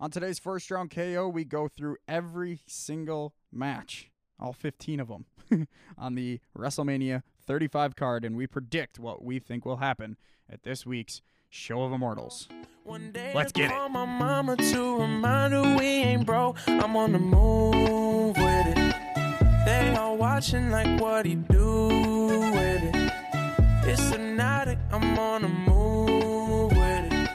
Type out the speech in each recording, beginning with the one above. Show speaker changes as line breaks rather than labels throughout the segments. On today's first round KO, we go through every single match, all 15 of them, on the WrestleMania 35 card, and we predict what we think will happen at this week's Show of Immortals.
One day
Mm-hmm. Let's
to
get it.
call my mama to remind her we ain't broke. I'm on the move with it. They all watching like what he do with it. It's hypnotic. I'm on the move with it.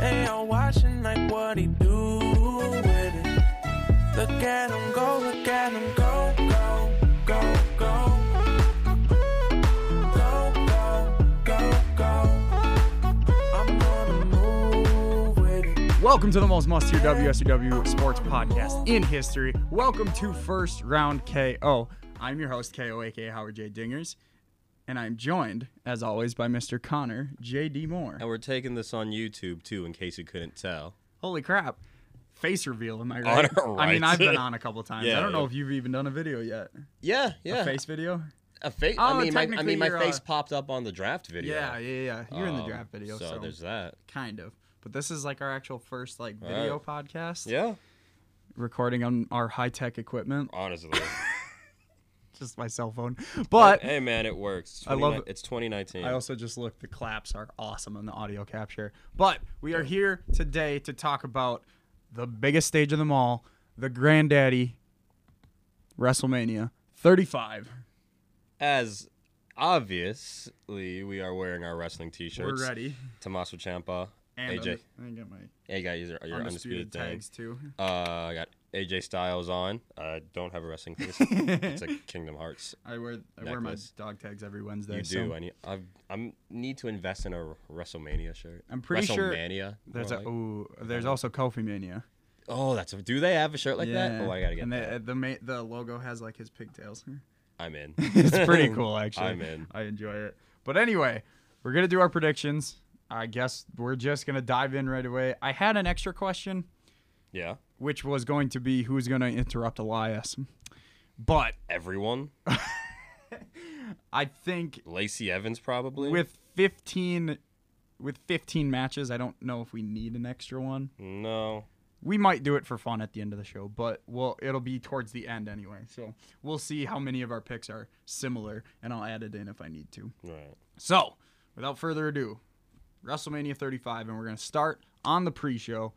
They all watching like what he do with it. Look at him go, look at him go, go, go, go. Go, go, go, go. I'm on the move with it.
Welcome to the most must hear WSUW E sports podcast in history. Welcome to First Round KO. I'm your host, KO, aka Howard J. Dingers, and I'm joined, as always, by Mr. Connor J.D. Moore.
And we're taking this on YouTube too, in case you couldn't tell.
Holy crap. Face reveal, am I right?
All
I mean,
right.
I've been on a couple times.
Yeah,
I don't know
yeah.
if you've even done a video yet.
Yeah, yeah.
A face video?
A face.
Oh,
I mean, my, I
technically
mean, my
you're,
face
uh,
popped up on the draft video.
Yeah, yeah, yeah. You're in the
Um,
draft video, so,
there's that.
kind of. But this is like our actual first like
right.
video podcast.
Yeah.
Recording on our high tech equipment,
Honestly,
just my cell phone. But
hey man, it works. It's
I love
29
it.
It's 2019.
I also just looked. The claps are awesome on the audio capture. But we are here today to talk about the biggest stage of them all, the granddaddy, WrestleMania 35.
As obviously, we are wearing our wrestling T-shirts.
We're ready.
Tommaso Ciampa,
And
AJ.
I'm- I got my
Hey guys, your, your
undisputed
undisputed, thing.
tags too.
Uh, I got AJ Styles on. I don't have a wrestling thing. It's a Kingdom Hearts.
I wear I wear my
Necklace.
dog tags every Wednesday.
You
so
do. I need. I I'm, need to invest in a WrestleMania shirt.
I'm pretty sure
WrestleMania. more
There's a
like.
ooh, there's also Kofi Mania.
Oh, that's. A, do they have a shirt like that? Oh, I gotta get
And
that.
the the, ma- the logo has like his pigtails.
I'm in.
it's pretty cool actually.
I'm in.
I enjoy it. But anyway, we're gonna do our predictions. I guess we're just gonna dive in right away. I had an extra question,
Yeah.
which was going to be who's gonna interrupt Elias, but
Everyone.
I think
Lacey Evans probably.
with 15 with 15 matches, I don't know if we need an extra one.
no.
we might do it for fun at the end of the show, but well, it'll be towards the end anyway. So we'll see how many of our picks are similar, and I'll add it in if I need to.
Right.
So, without further ado, WrestleMania 35, and we're going to start on the pre-show,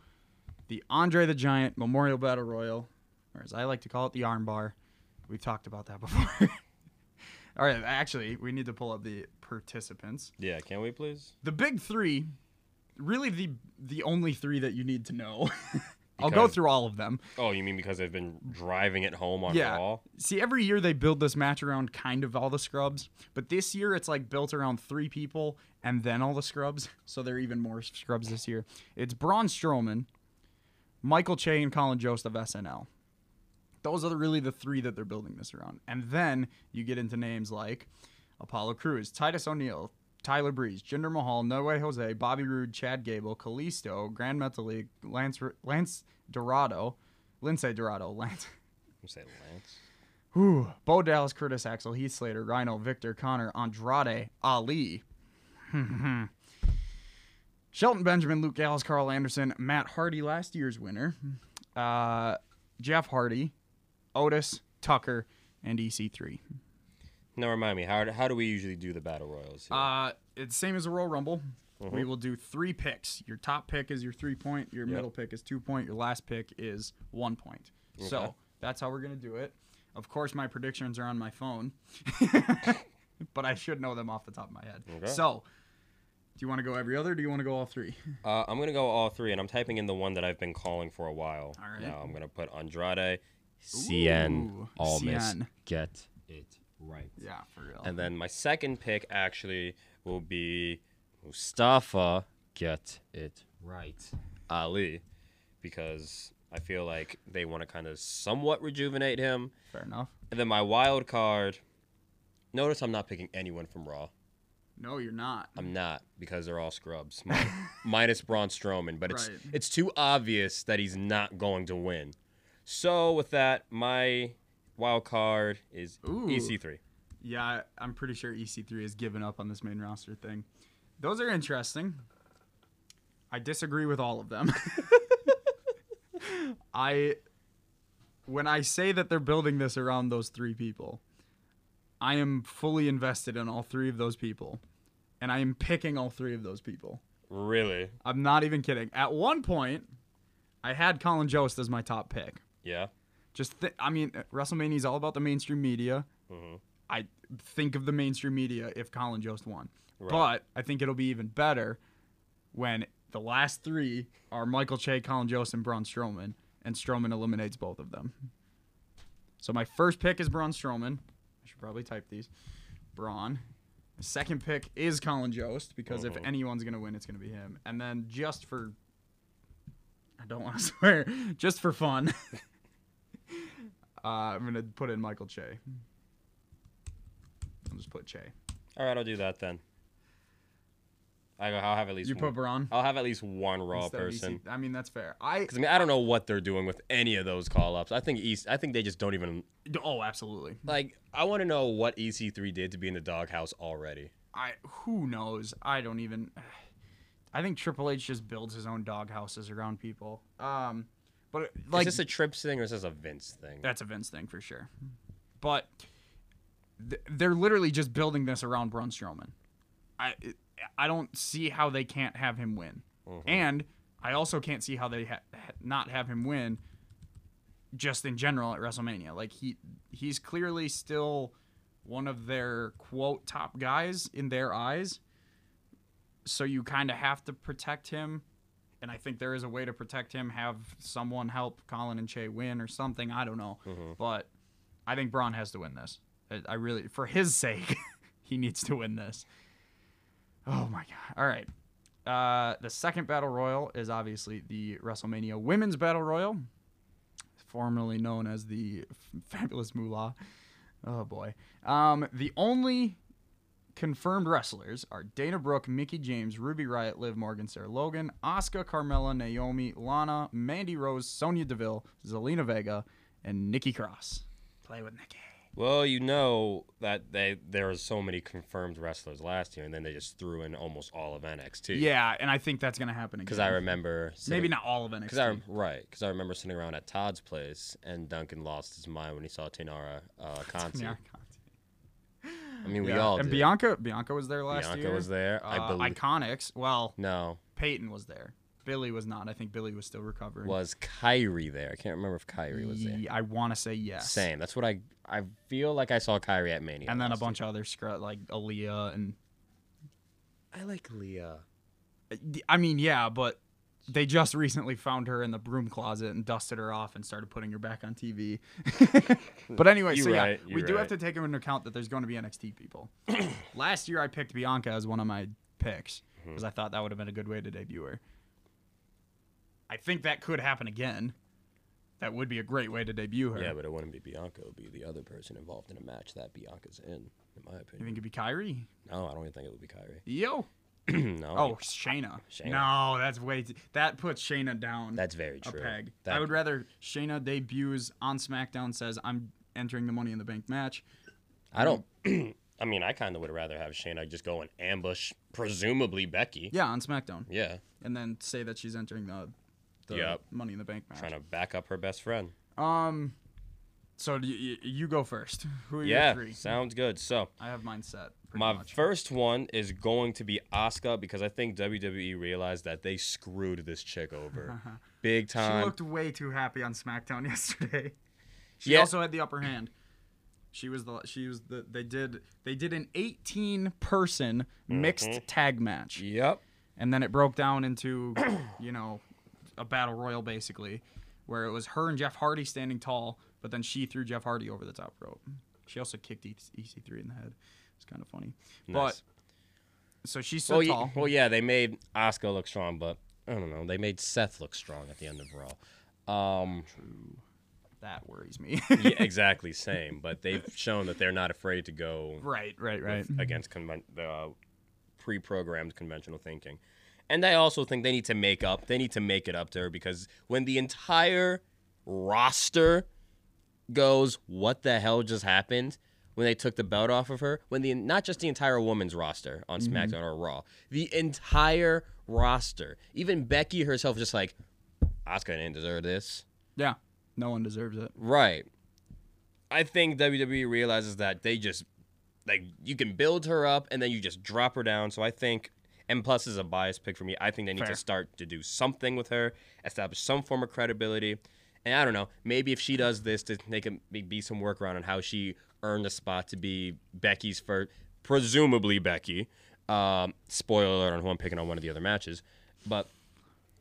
the Andre the Giant Memorial Battle Royal, or as I like to call it, the Armbar. We've talked about that before. All right, actually, we need to pull up the participants.
Yeah. Can we please?
The big three, really the the only three that you need to know. I'll go
Because-
through all of them.
Oh, you mean because they've been driving it home on
Yeah.
Raw?
See, every year they build this match around kind of all the scrubs, but this year it's like built around three people and then all the scrubs. So they're even more scrubs this year. It's Braun Strowman, Michael Che, and Colin Jost of SNL. Those are really the three that they're building this around. And then you get into names like Apollo Crews, Titus O'Neil, Tyler Breeze, Jinder Mahal, No Way Jose, Bobby Roode, Chad Gable, Kalisto, Grand Metalik, Lance Lance Dorado, Lindsay Dorado, Lance.
I'm saying Lance.
Ooh, Bo Dallas, Curtis Axel, Heath Slater, Rhino, Victor, Connor, Andrade, Ali. Shelton Benjamin, Luke Gallows, Carl Anderson, Matt Hardy, last year's winner. Uh, Jeff Hardy, Otis, Tucker, and E EC3.
Now remind me, how do- how do we usually do the battle royals? here?
Uh, it's same as a Royal Rumble. We will do three picks. Your top pick is your three point. Your middle pick is two point. Your last pick is one point. So that's how we're gonna do it. Of course, my predictions are on my phone, but I should know them off the top of my head. So, do you want to go every other? Or do you want to go all three?
Uh, I'm gonna go all three, and I'm typing in the one that I've been calling for a while.
All right.
Now I'm gonna put Andrade, CN,
Ooh,
Almas,
CN.
get it right.
Yeah, for real.
And then my second pick actually will be Mustafa, get it right, Ali, because I feel like they want to kind of somewhat rejuvenate him.
Fair enough.
And then my wild card. Notice I'm not picking anyone from Raw.
No, you're not.
I'm not because they're all scrubs, Min- minus Braun Strowman. But it's
Right.
it's too obvious that he's not going to win. So with that, my wild card is E
Ooh.
EC3.
Yeah, I- I'm pretty sure EC3 has given up on this main roster thing. Those are interesting. I disagree with all of them. I when I say that they're building this around those three people, I am fully invested in all three of those people. And I am picking all three of those people.
Really?
I'm not even kidding. At one point, I had Colin Jost as my top pick.
Yeah.
Just th- I mean, WrestleMania is all about the mainstream media. I think of the mainstream media if Colin Jost won. But I think it'll be even better when the last three are Michael Che, Colin Jost, and Braun Strowman, and Strowman eliminates both of them. So my first pick is Braun Strowman. I should probably type these. Braun. The second pick is Colin Jost because if anyone's gonna win, it's gonna be him. And then just for I don't want to swear, just for fun, uh, I'm gonna put in Michael Che. I'll just put Che.
All right, I'll do that then. I go. I'll have at least.
You put
one-
Braun
I'll have at least one raw
instead of E EC.
person.
I mean, that's fair. I
Because I mean, I don't know what they're doing with any of those call ups. I think East. I think they just don't even
oh, absolutely.
like. I want to know what EC3 did to be in the doghouse already.
I who knows? I don't even. I think Triple H just builds his own dog houses around people. Um, but like
is this a Trips thing or is this a Vince thing?
That's a Vince thing for sure. But th- they're literally just building this around Braun Strowman. I I don't see how they can't have him win, and I also can't see how they ha- ha- not have him win. Just in general at WrestleMania, like he he's clearly still one of their quote top guys in their eyes. So you kind of have to protect him and I think there is a way to protect him. Have someone help Colin and Che win or something. I don't know, but I think Braun has to win this. I, I really, for his sake, he needs to win this. Oh my god! All right, uh, the second battle royal is obviously the WrestleMania Women's Battle Royal, formerly known as the Fabulous Moolah. Oh boy! Um, the only confirmed wrestlers are Dana Brooke, Mickey James, Ruby Riot, Liv Morgan, Sarah Logan, Asuka, Carmella, Naomi, Lana, Mandy Rose, Sonia Deville, Zelina Vega, and Nikki Cross. Play with Nikki.
Well, you know that they there were so many confirmed wrestlers last year, and then they just threw in almost all of NXT.
Yeah, and I think that's gonna happen again.
Because I remember
maybe
sitting-
not all of NXT.
Cause I rem- right, because I remember sitting around at Todd's place and Duncan lost his mind when he saw Tainara uh, Conti.
yeah.
I mean, we
Yeah,
all
and
did.
Bianca. Bianca was there last
Bianca
year.
was there. I
Uh,
believe-
Iconics. Well,
No,
Peyton was there. Billy was not. I think Billy was still recovering.
was Kyrie there? I can't remember if Kyrie was there.
Ye- I want to say yes.
Same. That's what I I feel like I saw Kyrie at Mania.
And then a
last
bunch of other scrub like Aaliyah and
year. I like Leah.
I mean, yeah, but they just recently found her in the broom closet and dusted her off and started putting her back on TV. but anyway,
You
so yeah,
right, you
we do have
right.
to take into account that there's going to be NXT people. Last year, I picked Bianca as one of my picks
Mm-hmm.
because I thought that would have been a good way to debut her. I think that could happen again. That would be a great way to debut her.
Yeah, but it wouldn't be Bianca. It would be the other person involved in a match that Bianca's in, in my
you
opinion.
think it'd be Kyrie?
No, I don't even think it would be Kyrie.
Yo.
no.
Oh, Shayna.
Shayna.
No, that's way. Too, that puts Shayna down.
That's very
a
true.
peg.
That-
I would rather Shayna debuts on SmackDown, says I'm entering the Money in the Bank match.
I don't. I mean, I kind of would rather have Shayna just go and ambush, presumably Becky.
Yeah, on SmackDown,
Yeah.
and then say that she's entering the, the
Yep.
Money in the Bank match.
Trying to back up her best friend.
Um, so do you, you go first. Who are
Yeah,
your three?
sounds good. So,
I have mine set. pretty
my
much.
first one is going to be Asuka because I think WWE realized that they screwed this chick over big
Uh-huh. she
time.
looked way too happy on SmackDown yesterday. She
Yeah.
also had the upper hand. She was the she was the they did they did an 18 person mixed
Mm-hmm.
tag match.
yep.
and then it broke down into you know a battle royal basically where it was her and jeff hardy standing tall but then she threw jeff hardy over the top rope she also kicked E- ec3 in the head it's kind of funny
Nice.
but so she stood
Well,
tall
ye- well, yeah, they made Asuka look strong, but I don't know. They made Seth look strong at the end of Raw. Um,
that worries me
yeah, exactly same, but they've shown that they're not afraid to go
right right right
against conven- the uh, pre-programmed conventional thinking. And I also think they need to make up. They need to make it up to her because when the entire roster goes, "What the hell just happened?" When they took the belt off of her, when the not just the entire women's roster on SmackDown or Raw, the entire roster, even Becky herself, just like Oscar didn't deserve this.
Yeah, no one deserves it.
Right. I think WWE realizes that they just like you can build her up and then you just drop her down. So I think and plus this is a biased pick for me. I think they need
Fair.
to start to do something with her, establish some form of credibility. And I don't know, maybe if she does this, to make can be some workaround on how she earned a spot to be Becky's first, presumably Becky. Um, spoiler alert on who I'm picking on one of the other matches, but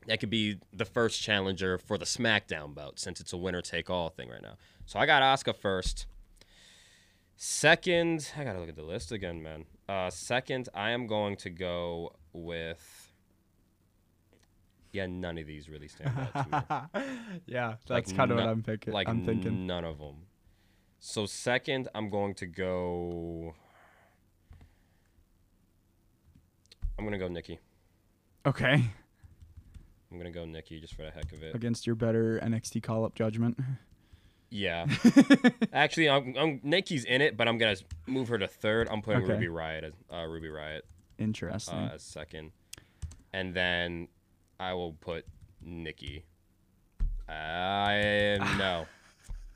that could be the first challenger for the SmackDown belt since it's a winner take all thing right now. So I got Oscar first. Second, I gotta look at the list again, man. Uh, second, I am going to go with. Yeah, none of these really stand out to me.
yeah,
Like
that's kind of what
no-
I'm picking.
Like
I'm thinking.
none of them. So second, I'm going to go. I'm gonna go Nikki.
Okay,
I'm gonna go Nikki just for the heck of it.
against your better NXT call up judgment.
Yeah. Actually, I'm, I'm Nikki's in it, but I'm gonna move her to third. I'm putting
Okay. Mm-hmm.
Ruby Riot as uh, Ruby Riot
Interesting.
uh, as second, and then I will put Nikki. I no,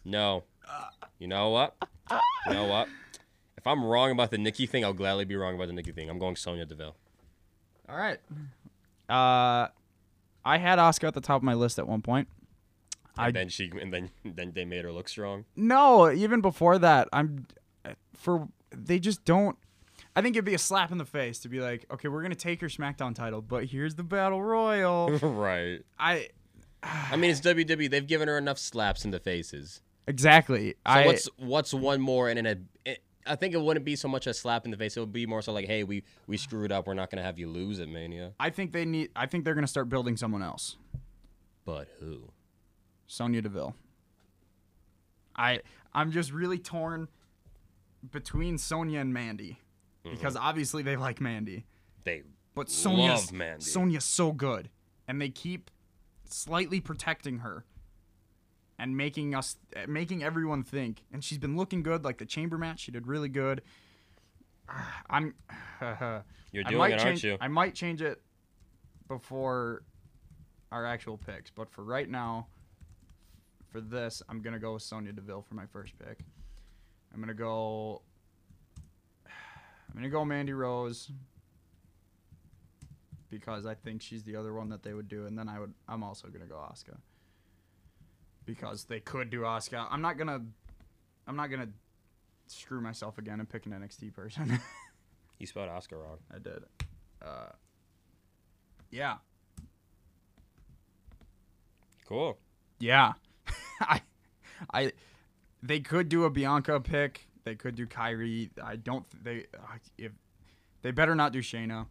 no. You know what? You know what? If I'm wrong about the Nikki thing, I'll gladly be wrong about the Nikki thing. I'm going Sonya Deville.
All right. Uh, I had Oscar at the top of my list at one point.
And
I-
then she, and then then they made her look strong.
No, even before that, I'm for they just don't. I think it'd be a slap in the face to be like, okay, we're gonna take your SmackDown title, but here's the Battle Royal.
right.
I
I mean, it's WWE. They've given her enough slaps in the faces.
exactly.
So
I
what's what's one more and then a it, eh, I think it wouldn't be so much a slap in the face. It would be more so like, hey, we we screwed up. We're not gonna have you lose at Mania.
I think they need. I think they're gonna start building someone else.
But who?
Sonya Deville. I I'm just really torn between Sonya and Mandy because
Mm-hmm.
obviously they like Mandy.
They
But
love
Sonya's
Mandy.
Sonya's so good, and they keep slightly protecting her and making us eh, making everyone think. And she's been looking good, like the chamber match. She did really good. Ah, I'm. uh,
You're
I
doing
might
it, aren't
change,
you?
I might change it before our actual picks, but for right now, for this, I'm gonna go with Sonya Deville for my first pick. I'm gonna go. I'm gonna go Mandy Rose because I think she's the other one that they would do, and then I would. I'm also gonna go Oscar because they could do Oscar. I'm not gonna. I'm not gonna screw myself again and pick an NXT person.
You spelled Oscar wrong.
I did. Uh, yeah.
Cool.
Yeah. I, I, they could do a Bianca pick. They could do Kyrie. I don't. th- They uh, if they better not do Shayna,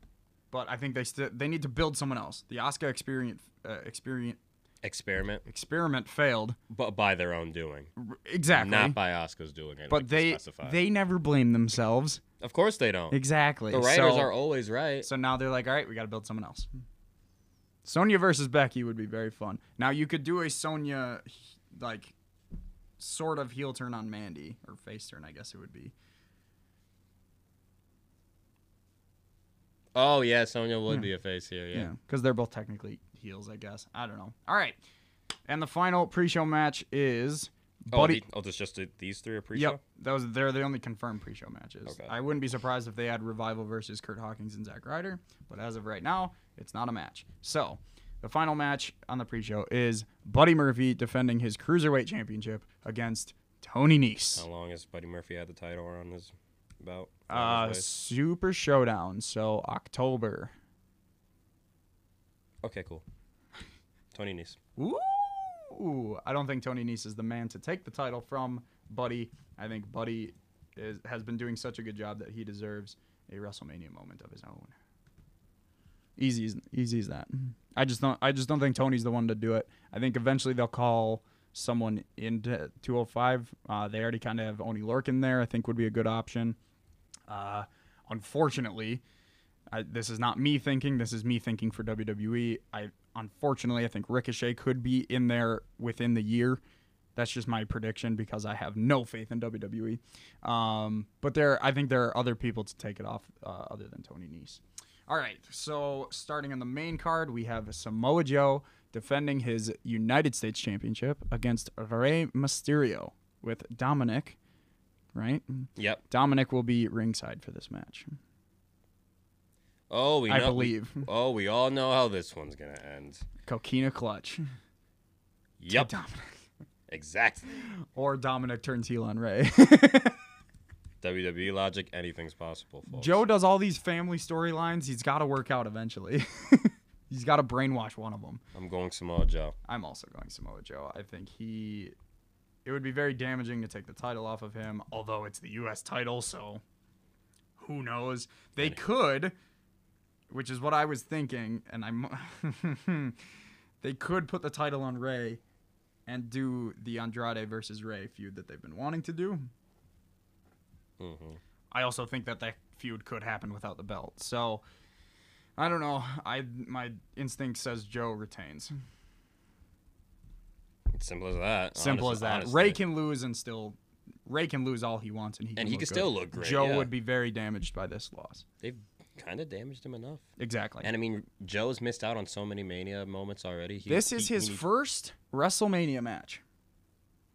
but I think they still they need to build someone else. The Oscar experience uh, experience
Experiment,
experiment failed.
but by their own doing,
R- exactly.
not by Oscar's doing. I'd
but
like to
they
specify.
they never blame themselves.
of course they don't.
Exactly.
The writers
So-
are always right.
So now they're like, all right, we got to build someone else. Sonya versus Becky would be very fun. Now you could do a Sonya like sort of heel turn on Mandy or face turn, I guess it would be.
Oh yeah, Sonya would
Hmm.
be a face here. Yeah.
because they're both technically heels, I guess. I don't know. All right, and the final pre-show match is
Oh,
Buddy.
the, oh, there's just the- these three are pre-show.
Yep, those they're the only confirmed pre-show matches.
Okay.
I wouldn't be surprised if they had Revival versus Kurt Hawkins and Zack Ryder, but as of right now, it's not a match. So, the final match on the pre-show is Buddy Murphy defending his cruiserweight championship against Tony Nese.
How long has Buddy Murphy had the title on his belt? On
Uh,
his waist?
Super Showdown, so October.
okay, cool. Tony Nese.
Ooh, I don't think Tony Nese is the man to take the title from Buddy. I think Buddy is, has been doing such a good job that he deserves a WrestleMania moment of his own. Easy as easy as that. I just don't I just don't think Tony's the one to do it. I think eventually they'll call someone into 205. Uh, they already kind of have Oni Lorkin there. I think would be a good option. Uh, unfortunately, I, this is not me thinking. This is me thinking for WWE. I unfortunately, I think Ricochet could be in there within the year. That's just my prediction because I have no faith in WWE. Um, but there, I think there are other people to take it off uh, other than Tony Nese. All right, so starting on the main card, we have Samoa Joe defending his United States Championship against Rey Mysterio with Dominic, right?
Yep.
Dominic will be ringside for this match.
Oh, we
I
know,
believe.
oh, we all know how this one's gonna end.
Coquina clutch.
Yep.
Dominic.
Exactly.
Or Dominic turns heel on Ray.
WWE E logic. Anything's possible. Folks.
Joe does all these family storylines. He's got to work out eventually. He's got to brainwash one of them.
I'm going Samoa Joe.
I'm also going Samoa Joe. I think he. It would be very damaging to take the title off of him, although it's the U.S. title, so who knows? They could, which is what I was thinking, and I'm. they could put the title on Ray and do the Andrade versus Ray feud that they've been wanting to do.
Mm-hmm.
I also think that that feud could happen without the belt. So I don't know. I my instinct says Joe retains.
It's simple as that.
Simple
honest-
as that.
honestly.
Ray can lose and still Ray can lose all he wants and he can
And he
look
can
good.
still look great,
Joe
yeah.
would be very damaged by this loss.
They've kind of damaged him enough.
Exactly.
And I mean, Joe's missed out on so many Mania moments already. He-
this
he-
is
he
his
needs-
first WrestleMania match.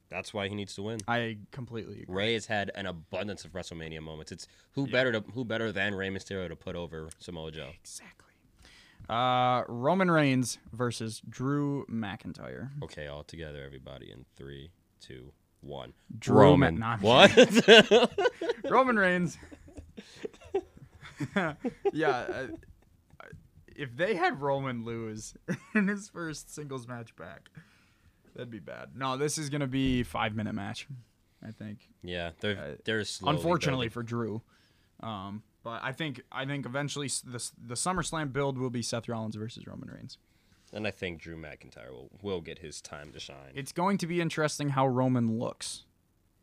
That's why he needs to win.
I completely agree.
Ray has had an abundance of WrestleMania moments. It's who better to who better than Rey Mysterio to put over Samoa Joe.
Exactly. Uh, Roman Reigns versus Drew McIntyre.
Okay, all together, everybody, in three, two, one.
Drew
Roman.
Ma- nah, I'm
what?
Roman Reigns. yeah. uh, if they had Roman lose in his first singles match back, that'd be bad. No, this is going to be five minute match, I think.
yeah, they're
Uh,
they're slowly
Unfortunately
building.
for Drew. Um, but I think I think eventually s- the, s- the SummerSlam build will be Seth Rollins versus Roman Reigns.
and I think Drew McIntyre will, will get his time to shine.
It's going to be interesting how Roman looks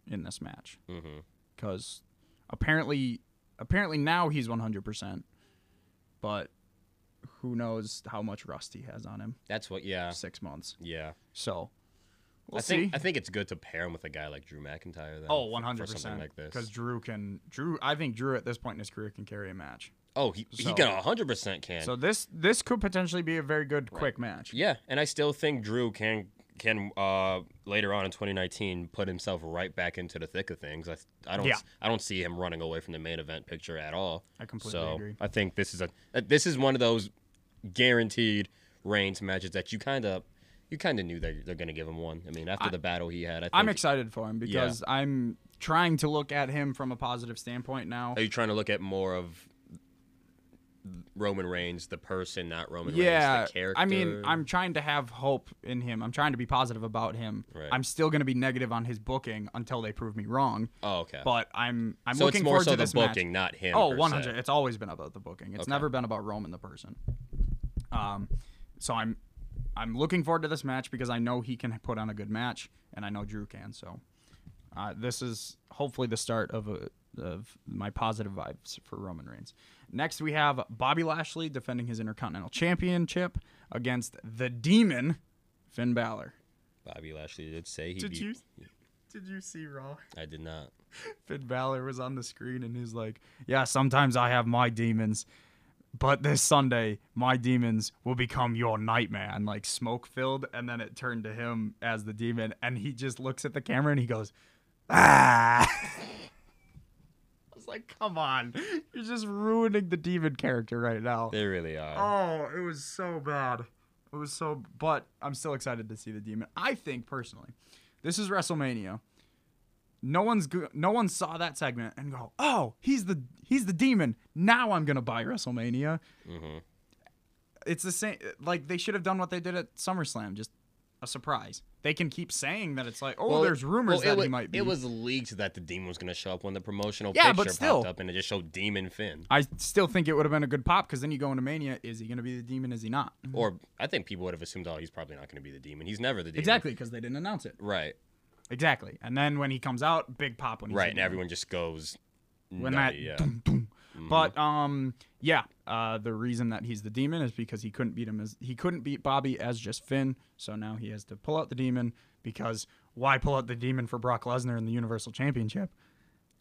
in this match.
Mm-hmm.
Because apparently, apparently now he's 100%, but who knows how much rust he has on him?
That's what. Yeah,
Six months.
yeah.
So we'll
I think
see.
I think it's good to pair him with a guy like Drew McIntyre. Then,
Oh,
for-
100
for something
percent.
like this.
Because Drew can Drew. I think Drew at this point in his career can carry a match.
Oh, he
So-
he can 100 percent can.
So this this could potentially be a very good quick match.
yeah, and I still think Drew can can uh later on in 2019 put himself right back into the thick of things. I I don't
Yeah.
I don't see him running away from the main event picture at all.
I completely
so
agree.
I think this is a uh, this is one of those guaranteed Reigns matches that you kind of you kind of knew that they're gonna give him one. I mean, after the battle he had, I think,
I'm excited for him because I'm trying to look at him from a positive standpoint now.
Are you trying to look at more of Roman Reigns, the person, not Roman
yeah
Reigns, the character?
i mean i'm trying to have hope in him i'm trying to be positive about him
Right.
i'm still going to be negative on his booking until they prove me wrong
Oh, okay.
but i'm i'm
so
looking
it's more
forward
so
to
the
this match.
booking, not him.
oh
per se.
100 it's always been about the booking it's
Okay.
never been about roman the person um so i'm i'm looking forward to this match because i know he can put on a good match and i know drew can so uh, this is hopefully the start of a of my positive vibes for Roman Reigns. Next, we have Bobby Lashley defending his Intercontinental Championship against the Demon, Finn Balor.
Bobby Lashley did say he
Did
beat.
you- Did you see Raw?
I did not.
Finn Balor was on the screen and he's like, "Yeah, sometimes I have my demons, but this Sunday my demons will become your nightmare." And like smoke filled, and then it turned to him as the demon, and he just looks at the camera and he goes, "Ah." I was like, "Come on, you're just ruining the demon character right now."
They really are.
Oh, it was so bad. It was so. But I'm still excited to see the demon. I think personally, this is WrestleMania. No one's go- no one saw that segment and go, oh, he's the he's the demon. Now I'm gonna buy WrestleMania.
Mm-hmm.
It's the same. Like they should have done what they did at SummerSlam, just a surprise. They can keep saying that it's like, oh, there's rumors
well,
that
it wa-
he might be.
It was leaked that the demon was going to show up when the promotional
Yeah,
picture
but still.
popped up, and it just showed Demon Finn.
I still think it would have been a good pop because then you go into Mania. Is he gonna be the demon? Is he not?
Or I think people would have assumed, oh, he's probably not going to be the demon. He's never the demon.
Exactly, because they didn't announce it.
Right.
Exactly. And then when he comes out, big pop when he's
Right.
in
And
there.
everyone just goes.
when that
nutty, yeah.
dum, dum. But um yeah, uh the reason that he's the demon is because he couldn't beat him as he couldn't beat Bobby as just Finn, so now he has to pull out the demon because why pull out the demon for Brock Lesnar in the Universal Championship?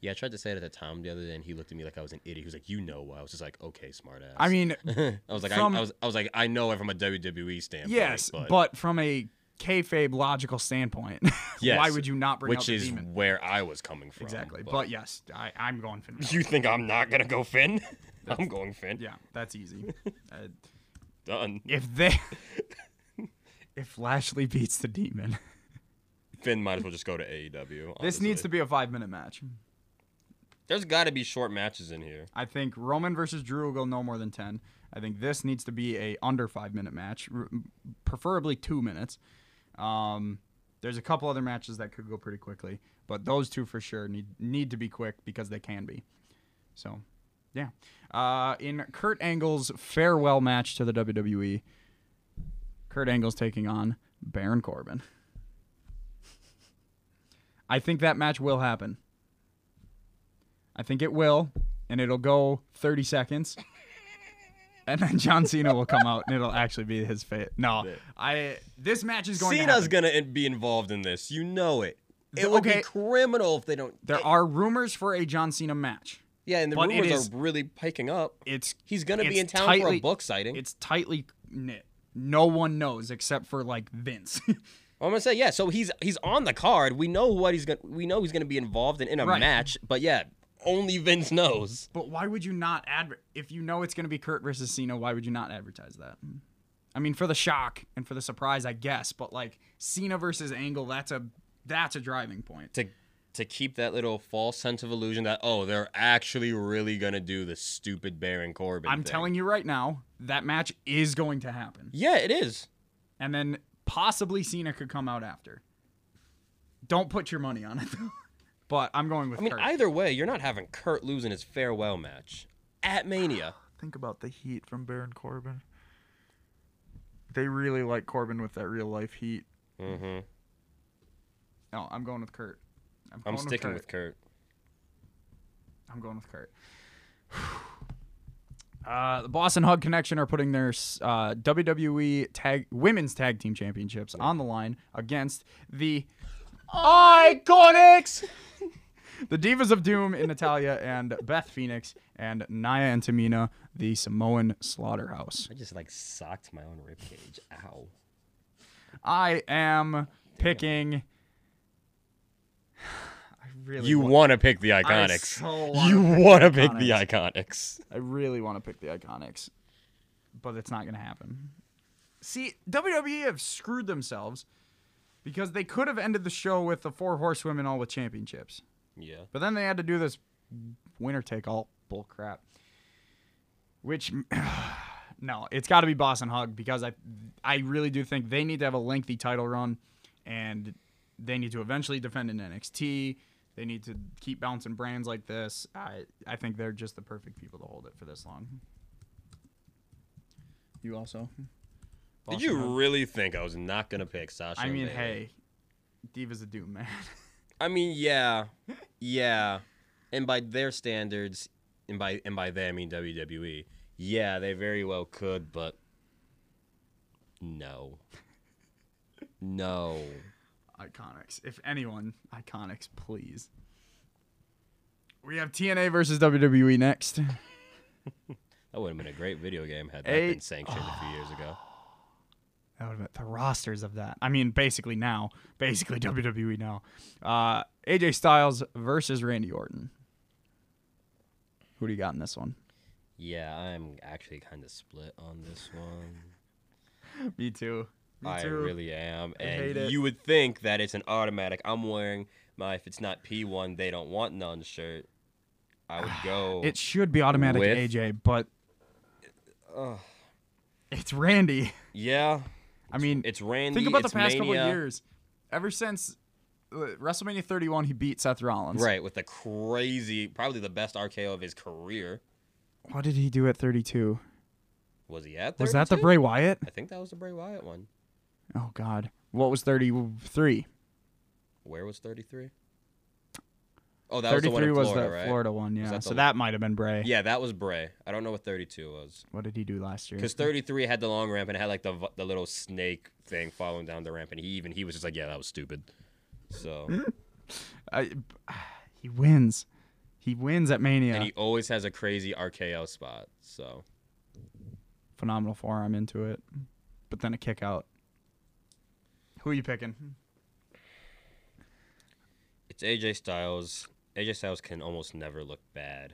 Yeah, I tried to say it at the time the other day, and he looked at me like I was an idiot. He was like, "You know why?" I was just like, "Okay, smartass."
I mean,
I was like,
from-
I, I was, I was like, I know it from a WWE standpoint.
yes,
but,
but, from a kayfabe logical standpoint, why
Yes,
would you not bring out
which
the
is
demon?
where I was coming from.
Exactly. But, yes, I, I'm going Finn. Balor.
you think I'm not gonna go Finn? I'm going Finn.
Yeah, that's easy. uh,
Done.
if they, if Lashley beats the demon,
Finn might as well just go to E AEW.
this needs to be a five minute match.
There's got to be short matches in here.
I think Roman versus Drew will go no more than ten. I think this needs to be a under five minute match, r- preferably two minutes. Um, there's a couple other matches that could go pretty quickly, but those two for sure need need to be quick because they can be. So, yeah. Uh, in Kurt Angle's farewell match to the WWE, Kurt Angle's taking on Baron Corbin. I think that match will happen. I think it will, and it'll go 30 seconds. And then John Cena will come out, and it'll actually be his fate. No, I. This match is going. to
Cena's
happen.
gonna in- be involved in this. You know it. It would
okay.
be criminal if they don't.
There are rumors for a John Cena match.
yeah, and the
but it
rumors
is-
are really piking up.
It's
He's gonna
it's
be in town for
tightly-
a book sighting.
It's tightly knit. No one knows except for like Vince.
I'm gonna say yeah. So he's he's on the card. We know what he's gonna. We know he's gonna be involved in in a
Right.
match. But yeah, only Vince knows.
but why would you not adver- if you know it's going to be Kurt versus Cena? Why would you not advertise that? I mean, for the shock and for the surprise, I guess. But like Cena versus Angle, that's a that's a driving point.
to to keep that little false sense of illusion that oh they're actually really gonna do the stupid Baron Corbin.
I'm telling you right now, that match is going to happen,
Yeah, it is.
and then possibly Cena could come out after. Don't put your money on it, though. but I'm going with.
I mean,
Kurt.
either way, you're not having Kurt losing his farewell match at Mania.
Think about the heat from Baron Corbin. They really like Corbin with that real life heat.
Mm-hmm.
No, I'm going with Kurt. I'm,
I'm
going
sticking
Kurt.
with Kurt.
I'm going with Kurt. Uh, the Boston Hug Connection are putting their uh, WWE tag women's tag team championships on the line against the Iconics, the Divas of Doom in Natalia and Beth Phoenix and Naya and Tamina, the Samoan Slaughterhouse.
I just like socked my own ribcage. Ow.
I am picking. I really
You
want,
want to pick the
I
Iconics.
so
you
wanna pick
want to
the
pick the Iconics.
I really want to pick the Iconics, but it's not going to happen. See, WWE have screwed themselves because they could have ended the show with the four horsewomen all with championships,
Yeah.
but then they had to do this winner take all bull crap. Which no, it's got to be Boss and Hug because I I really do think they need to have a lengthy title run, and they need to eventually defend in NXT. They need to keep bouncing brands like this. I I think they're just the perfect people to hold it for this long. You also.
Did
Boss
you
and Hogg?
really think I was not gonna pick Sasha?
I
and
mean,
Bayley?
hey, Divas a Doom, man.
I mean, yeah, yeah, and by their standards, and by and by they I mean WWE. Yeah, they very well could, but no, no.
Iconics. If anyone, Iconics, please. We have TNA versus WWE next.
That would have been a great video game had that
Eight-
been sanctioned a few years ago.
That would have been the rosters of that. I mean, basically now, basically WWE now. Uh, AJ Styles versus Randy Orton. Who do you got in this one?
Yeah, I'm actually kind of split on this one.
Me too. Me
I
too.
really am, and
hate it.
you would think that it's an automatic. I'm wearing my if it's not P1, they don't want none shirt. I would go.
it should be automatic
With-
AJ, but it's Randy.
yeah.
I mean,
It's Randy.
think about the
it's
past couple
Mania.
of years. Ever since uh, WrestleMania 31, he beat Seth Rollins.
Right, with the crazy, probably the best RKO of his career.
What did he do at 32?
Was he at 32?
Was that the Bray Wyatt?
I think that was the Bray Wyatt one.
Oh God, what was 33?
Where was 33? Oh, that was the one
33
in
was
Florida,
the
right?
Florida one, yeah.
that
so
the-
that might have been Bray.
Yeah, that was Bray. I don't know what 32 was.
What did he do last year?
Because 33 had the long ramp and it had like the v- the little snake thing following down the ramp, and he even he was just like, yeah, that was stupid. So
I, he wins. He wins at Mania.
and he always has a crazy RKO spot. So
Phenomenal forearm into it, but then a kick out. Who are you picking?
it's AJ Styles. AJ Styles can almost never look bad.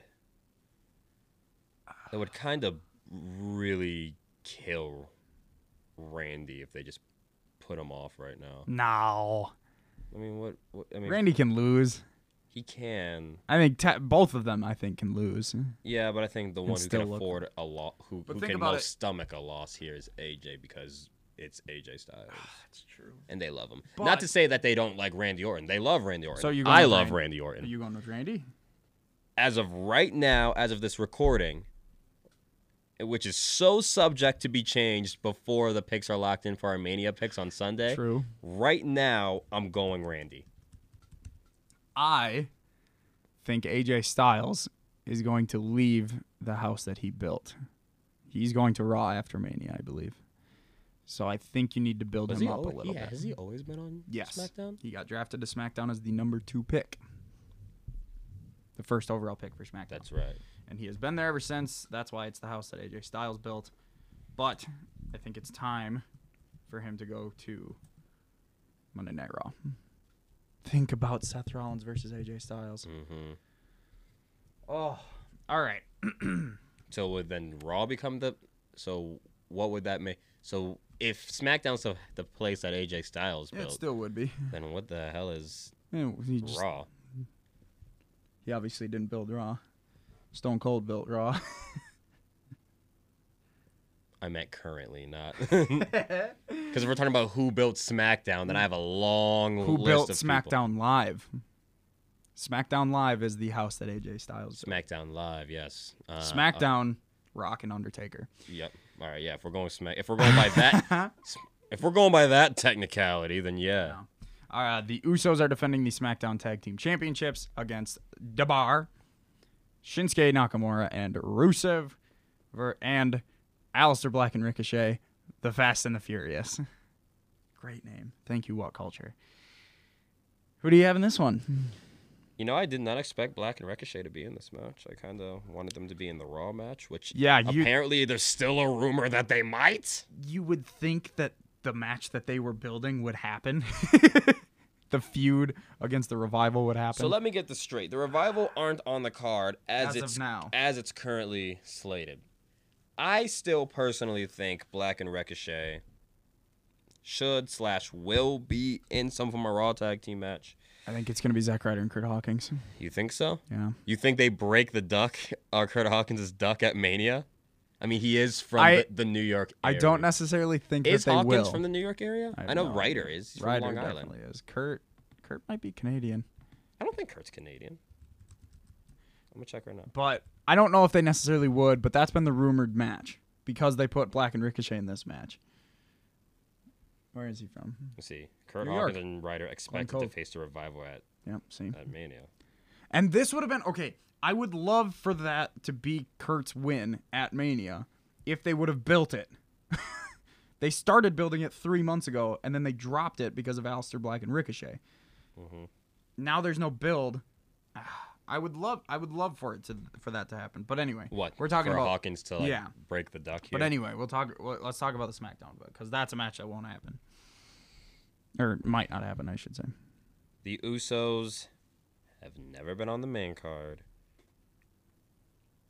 That would kind of really kill Randy if they just put him off right now.
No,
I mean, what? what I mean,
Randy can lose.
he can.
I think te- both of them. I think can lose.
Yeah, but I think the one who
still
can
look-
afford a lot, who,
But
who
think
can
about
most
it-
stomach a loss here is AJ because it's AJ Styles,
That's Ah, true.
and they love him. Not to
But-
say that they don't like Randy Orton; they love Randy Orton.
So you
I
going
love
Ran-
Randy Orton.
Are you going with Randy?
as of right now, as of this recording, which is so subject to be changed before the picks are locked in for our Mania picks on Sunday.
True.
Right now, I'm going Randy.
I think AJ Styles is going to leave the house that he built. He's going to Raw after Mania, I believe. So I think you need to build him up a little bit.
Has he always been on
yes.
SmackDown?
He got drafted to SmackDown as the number two pick. The first overall pick for SmackDown.
That's right.
and he has been there ever since. That's why it's the house that AJ Styles built. But I think it's time for him to go to Monday Night Raw. Think about Seth Rollins versus AJ Styles.
Mm-hmm.
Oh, all right.
So would then Raw become the? So what would that make? So if SmackDown's the, the place that AJ Styles
It
built,
still would be.
then what the hell is
Yeah, He, just-
Raw?
he obviously didn't build Raw. Stone Cold built Raw.
I meant currently, not because if we're talking about who built SmackDown, then I have a long
Who
list
built
of
SmackDown Live? SmackDown Live is the house that AJ Styles.
People. SmackDown Live, yes. Uh, uh,
SmackDown, Rock and Undertaker.
yep. All right. Yeah. If we're going Smack, if we're going by that, if we're going by that technicality, then yeah.
No. Uh, the Usos are defending the SmackDown Tag Team Championships against Dabar, Shinsuke Nakamura, and Rusev, ver- and Aleister Black and Ricochet, the Fast and the Furious. Great name. Thank you, What Culture. Who do you have in this one?
You know, I did not expect Black and Ricochet to be in this match. I kind of wanted them to be in the Raw match, which
Yeah, you-
apparently there's still a rumor that they might.
You would think that the match that they were building would happen. the feud against the revival would happen.
So let me get this straight: the revival aren't on the card as,
As of
it's
now.
as it's currently slated. I still personally think Black and Ricochet should slash will be in some form of Raw tag team match.
I think it's going to be Zack Ryder and Kurt Hawkins.
You think so?
Yeah.
You think they break the duck or Kurt Hawkins' duck at Mania? I mean, he is from
I-
the, the New York.
I
area.
don't necessarily think
Is
that they
Hawkins
will.
from the New York area?
I
I,
have
know
no
Ryder is. He's
Ryder
from Long Island.
definitely is. Kurt, Kurt might be Canadian,
I don't think Kurt's Canadian. I'm gonna check right now.
but I don't know if they necessarily would. But that's been the rumored match because they put Black and Ricochet in this match. Where is he from?
Let's see. Kurt
New
Hawkins
York.
and Ryder expected to
Cold.
face the revival at,
Yep, same.
at Mania.
And this would have been okay. I would love for that to be Kurt's win at Mania if they would have built it. they started building it three months ago and then they dropped it because of Aleister Black and Ricochet.
Mm-hmm.
Now there's no build. Ah, I would love, I would love for it to for that to happen. But anyway,
What
we're talking
for
about.
Hawkins to like
yeah.
break the duck here.
But anyway, we'll talk. well, Let's talk about the SmackDown because that's a match that won't happen, or might not happen. I should say.
the Usos have never been on the main card.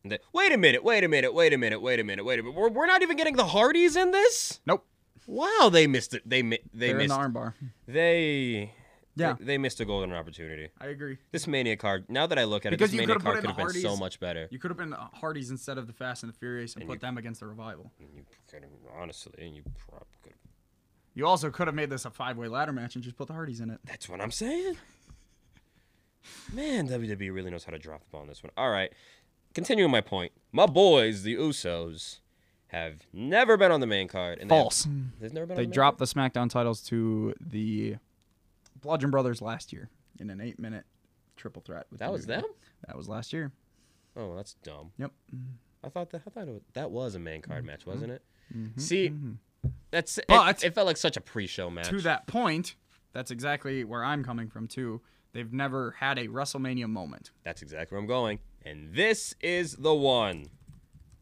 And they- wait a minute! Wait a minute! Wait a minute! Wait a minute! Wait a minute! We're, we're not even getting the Hardys in this.
Nope,
Wow, they missed it. They mi- they
they are in the
missed
armbar.
they
Yeah.
they, they missed a golden opportunity.
I agree.
This Mania card. Now that I look at
Because
it,
you
this Mania
could've put
card
in the
could have been so
Hardys.
much better.
You could have been the Hardys instead of the Fast and the Furious and,
And
put
you- Mm.
them against the Revival.
And you could have honestly, and you probably could.
You also could have made this a five-way ladder match and just put the Hardys in it.
That's what I'm saying. Man, WWE really knows how to drop the ball on this one. All right. Continuing my point, my boys, the Usos, have never been on the main card. And they have-
False.
they've never been
Mm. They
on the main
dropped the SmackDown titles to the Bludgeon Brothers last year in an eight-minute triple threat. With
That
the
was
New Day.
them?
That was last year.
card? Oh, that's dumb.
Yep.
I thought that I thought it was, that was a main card match, wasn't it? See, that's it,
Mm-hmm. But-
it felt like such a pre-show match.
To that point, that's exactly where I'm coming from too. They've never had a WrestleMania moment.
That's exactly where I'm going. And this is the one.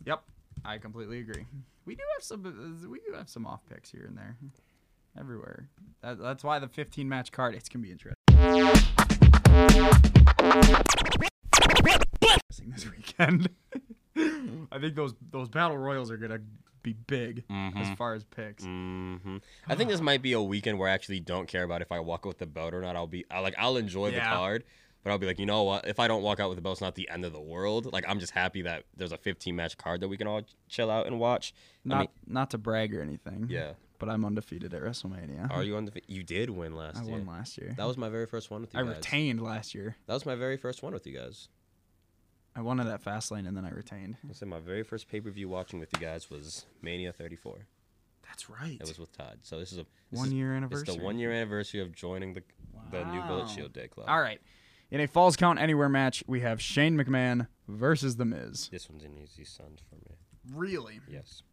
Yep, I completely agree. We do have some. We do have some off picks here and there, everywhere. That, that's why the 15 match card it's gonna be interesting. This weekend, I think those those battle royals are gonna be big
Mm-hmm.
as far as picks.
hmm I think this might be a weekend where I actually don't care about if I walk out with the belt or not. I'll be I, like I'll enjoy the
Yeah.
card, but I'll be like, you know what? If I don't walk out with the belt, it's not the end of the world. Like I'm just happy that there's a 15 match card that we can all chill out and watch.
Not
I mean,
not to brag or anything.
yeah.
but I'm undefeated at WrestleMania.
Are you on the? You did win last
I
year.
won last year.
That was my very first one with you
I
guys.
retained last year.
That was my very first one with you guys.
I won it at Fastlane and then I retained.
I said my very first pay per view watching with you guys was Mania 34.
That's right.
It was with Todd. So this is a this
one
is-
year
It's
anniversary.
the one year anniversary of joining the the new
Wow.
Bullet Shield Day Club.
All right. In a falls count anywhere match, we have Shane McMahon versus The Miz.
This one's an easy send for me.
Really?
Yes.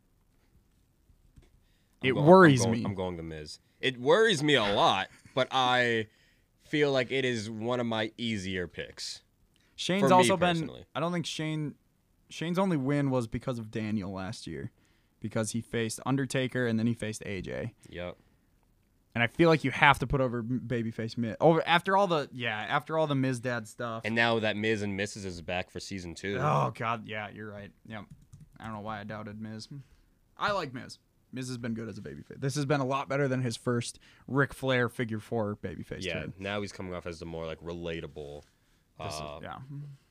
It worries
I'm
me.
I'm going the Miz. It worries me a lot, but I feel like it is one of my easier picks.
Shane's
For me
also been.
personally.
I don't think Shane. Shane's only win was because of Daniel last year, because he faced Undertaker and then he faced AJ.
Yep.
And I feel like you have to put over babyface Miz. Over after all the yeah, after all the Miz dad stuff.
And now that Miz and Mrs. is back for season two.
Oh God, yeah, you're right. Yeah, I don't know why I doubted Miz. I like Miz. Miz has been good as a babyface. This has been a lot better than his first Ric Flair figure four babyface
yeah,
turn.
now he's coming off as the more like relatable
This
uh,
is, yeah,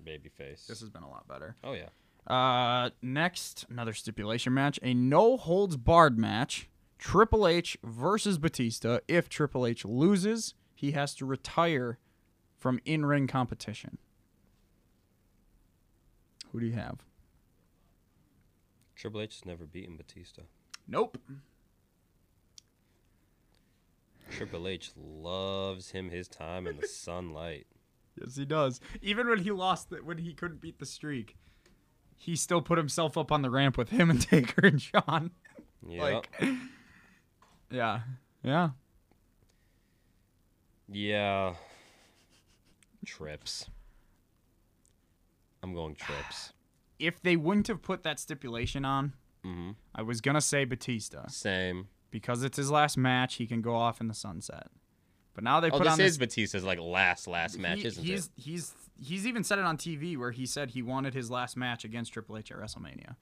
baby face.
this has been a lot better.
oh yeah.
Uh, next, another stipulation match, a no holds barred match. Triple H versus Batista. If Triple H loses, he has to retire from in ring competition. Who do you have?
Triple H has never beaten Batista.
Nope.
Triple H loves him his time in the sunlight.
Yes, he does. Even when he lost, the, when he couldn't beat the streak, he still put himself up on the ramp with him and Taker and Sean.
Yeah.
Like, yeah, yeah.
Yeah. Trips. I'm going trips.
If they wouldn't have put that stipulation on,
hmm
I was gonna say Batista
Same.
because it's his last match. He can go off in the sunset. But now they
Oh,
put
this
on
is Batista's like last last match,
he-
isn't
he's
it?
he's he's even said it on TV where he said he wanted his last match against Triple H at WrestleMania,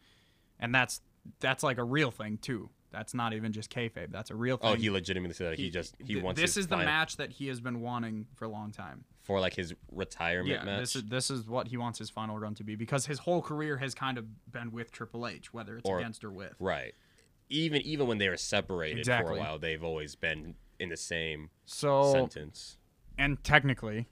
and that's that's like a real thing too. That's not even just kayfabe. That's a real thing.
Oh, he legitimately said that he, just he
th-
wants
This
his
is the
final-
match that he has been wanting for a long time.
for like his retirement
Yeah,
match
this is this is what he wants his final run to be because his whole career has kind of been with Triple H, whether it's
Or-
against or with.
right. Even even when they were separated for
Exactly.
a while, they've always been in the same
So
sentence.
and technically,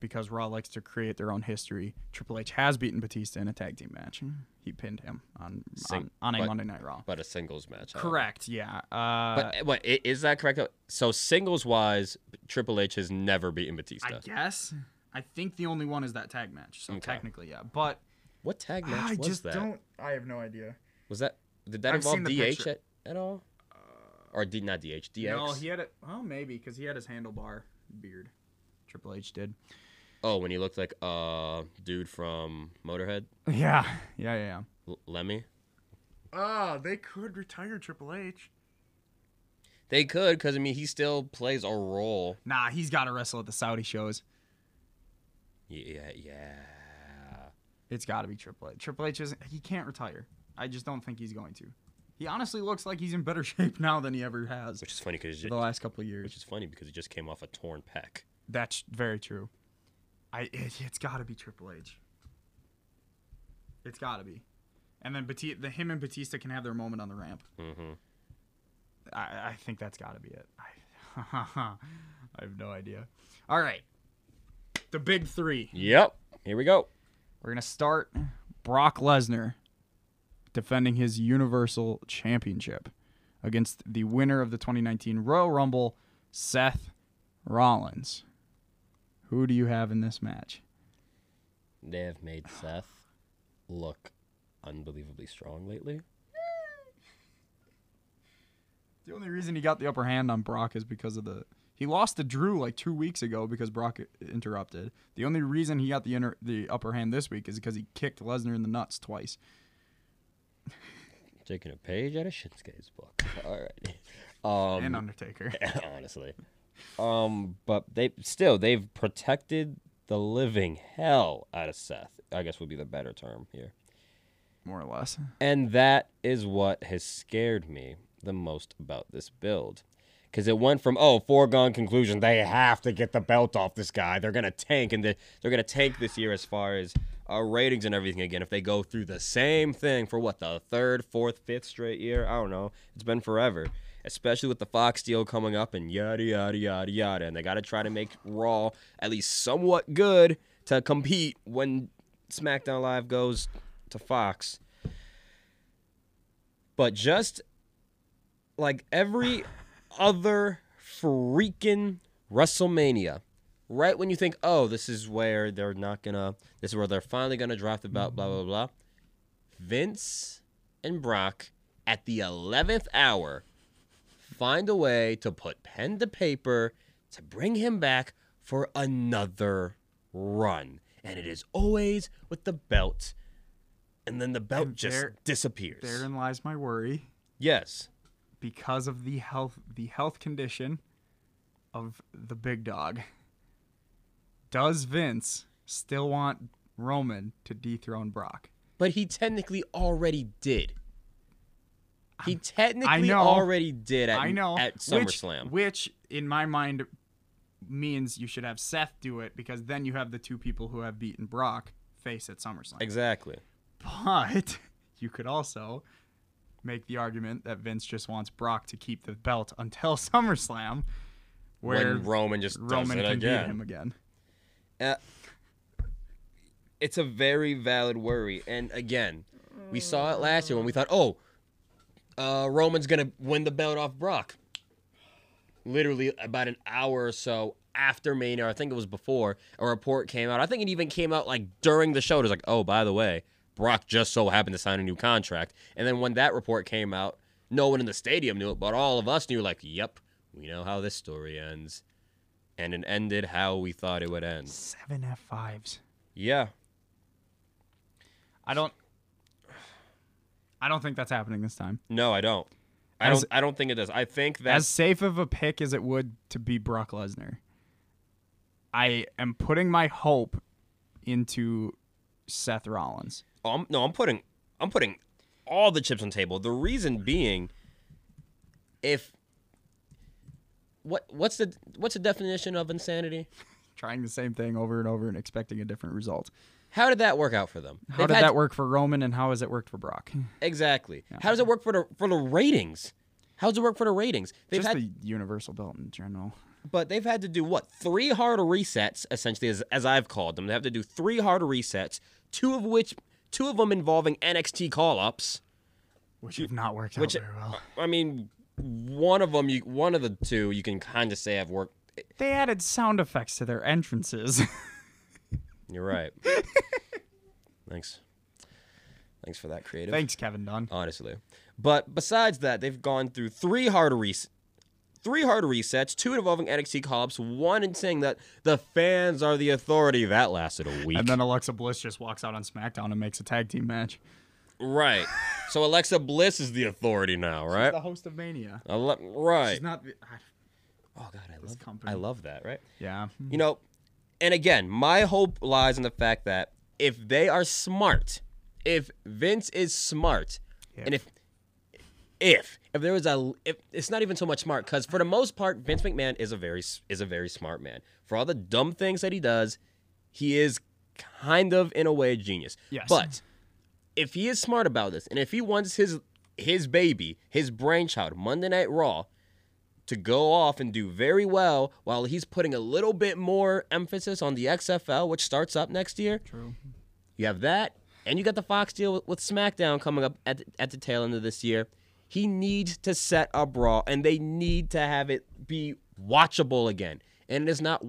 because Raw likes to create their own history, Triple H has beaten Batista in a tag team match. He pinned him on
Sing-
on, on a
but-
Monday Night Raw.
But a singles match. however.
Correct. Yeah. Uh,
But uh, what i- is that correct? So singles wise, Triple H has never beaten Batista.
I guess I think the only one is that tag match. So
Okay.
technically, yeah. But
What tag match
I
was
just
that?
don't. I have no idea.
Was that did that
I've seen
involve
the
DH
picture.
at, at all? or D, not DH, DX.
No, he had it. Oh, maybe because he had his handlebar beard. Triple H did.
oh, when he looked like uh dude from Motorhead,
Yeah, yeah, yeah.
L- Lemmy.
Ah, they could retire Triple H.
They could because I mean he still plays a role.
Nah, he's got to wrestle at the Saudi shows.
Yeah, yeah.
It's got to be Triple H. Triple H is he can't retire. I just don't think he's going to. He honestly looks like he's in better shape now than he ever has
Which is funny because
for the last couple of
which
years.
is funny because he just came off a torn pec.
That's very true. I it, it's got to be Triple H. It's got to be. And then Batista, the him and Batista can have their moment on the ramp.
Mm-hmm.
I, I think that's got to be it. I, I have no idea. All right. The big three.
Yep. Here we go.
We're going to start Brock Lesnar defending his Universal Championship against the winner of the 2019 Royal Rumble, Seth Rollins. Who do you have in this match?
They have made Seth look unbelievably strong lately.
The only reason he got the upper hand on Brock is because of the He lost to Drew like two weeks ago because Brock interrupted. The only reason he got the inter- the upper hand this week is because he kicked Lesnar in the nuts twice.
Taking a page out of Shinsuke's book. All right. Um,
and Undertaker.
honestly. Um, but they still they've protected the living hell out of Seth. I guess would be the better term here.
More or less.
And that is what has scared me the most about this build. Because it went from, oh, foregone conclusion, they have to get the belt off this guy. They're going to tank, and they- they're going to tank this year as far as our ratings and everything again. If they go through the same thing for what, the third, fourth, fifth straight year? I don't know. It's been forever. Especially with the Fox deal coming up and yada, yada, yada, yada. And they got to try to make Raw at least somewhat good to compete when SmackDown Live goes to Fox but just like every other freaking WrestleMania, right when you think, oh, this is where they're not gonna, this is where they're finally gonna drop the belt, blah, blah, blah. Vince and Brock at the 11th hour find a way to put pen to paper to bring him back for another run. And it is always with the belt. And then the belt
And
just
there-
disappears.
Therein lies my worry
Yes.
because of the health the health condition of the big dog. Does Vince still want Roman to dethrone Brock?
But he technically already did. He technically
know.
already did at,
I know
at
which-
SummerSlam.
which, in my mind means you should have Seth do it because then you have the two people who have beaten Brock face at SummerSlam.
exactly.
But you could also make the argument that Vince just wants Brock to keep the belt until SummerSlam, where
when Roman just
Roman
does
can
it
beat him
again.
again.
Uh, it's a very valid worry. And again, we saw it last year when we thought, oh, uh, Roman's going to win the belt off Brock. Literally about an hour or so after Mania, or I think it was before, a report came out. I think it even came out like during the show. It was like, oh, by the way, Brock just so happened to sign a new contract. And then when that report came out, no one in the stadium knew it, but all of us knew, like, yep, we know how this story ends. And it ended how we thought it would end.
Seven F fives.
Yeah.
I don't. I don't think that's happening this time.
No, I don't. I
As-
don't. I don't think it does. I think
As
that's
safe of a pick as it would to be Brock Lesnar, I am putting my hope into Seth Rollins.
oh, I'm, no. I'm putting. I'm putting all the chips on the table. The reason being, if what what's the what's the definition of insanity?
Trying the same thing over and over and expecting a different result.
How did that work out for them?
How
They've
did
had- Hmm.
that work for Roman and how has it worked for Brock?
Exactly. How does it work for the for the ratings? How does it work for the ratings? They've
Just
had,
the universal belt in general.
but they've had to do what three hard resets essentially as, as i've called them they have to do three hard resets two of which two of them involving nxt call-ups
Which have not worked
which-
out very well.
i mean one of them you one of the two you can kind of say have worked
They added sound effects to their entrances.
you're right thanks thanks for that creative
Thanks, Kevin Dunn.
honestly. But besides that, they've gone through three hard res- three hard resets, two involving NXT call-ups, one in saying that the fans are the authority. That lasted a week.
And then Alexa Bliss just walks out on SmackDown and makes a tag team match.
right. so Alexa Bliss is the authority now, right?
The host of Mania.
Ale- right.
She's not. The,
oh god, I love
company.
I love that, right?
yeah.
You know, and again, my hope lies in the fact that if they are smart, if Vince is smart, and if if if there was a if it's not even so much smart because for the most part Vince McMahon is a very s- is a very smart man. For all the dumb things that he does, he is kind of in a way a genius.
Yes.
But if he is smart about this, and if he wants his his baby, his brainchild, Monday Night Raw, to go off and do very well while he's putting a little bit more emphasis on the XFL, which starts up next year.
True.
You have that, and you got the Fox deal with- with SmackDown coming up at the, at the tail end of this year. He needs to set up Raw, and they need to have it be watchable again. And it is not
You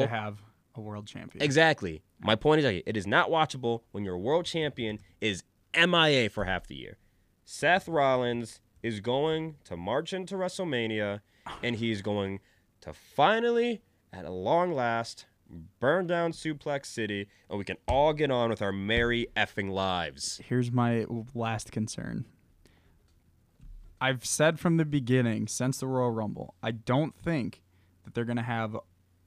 need to have a world champion.
Exactly. My point is, like, it is not watchable when your world champion is MIA for half the year. Seth Rollins is going to march into WrestleMania, and he's going to finally, at a long last, burn down Suplex City and we can all get on with our merry effing lives.
Here's my last concern. I've said from the beginning, since the Royal Rumble, I don't think that they're going to have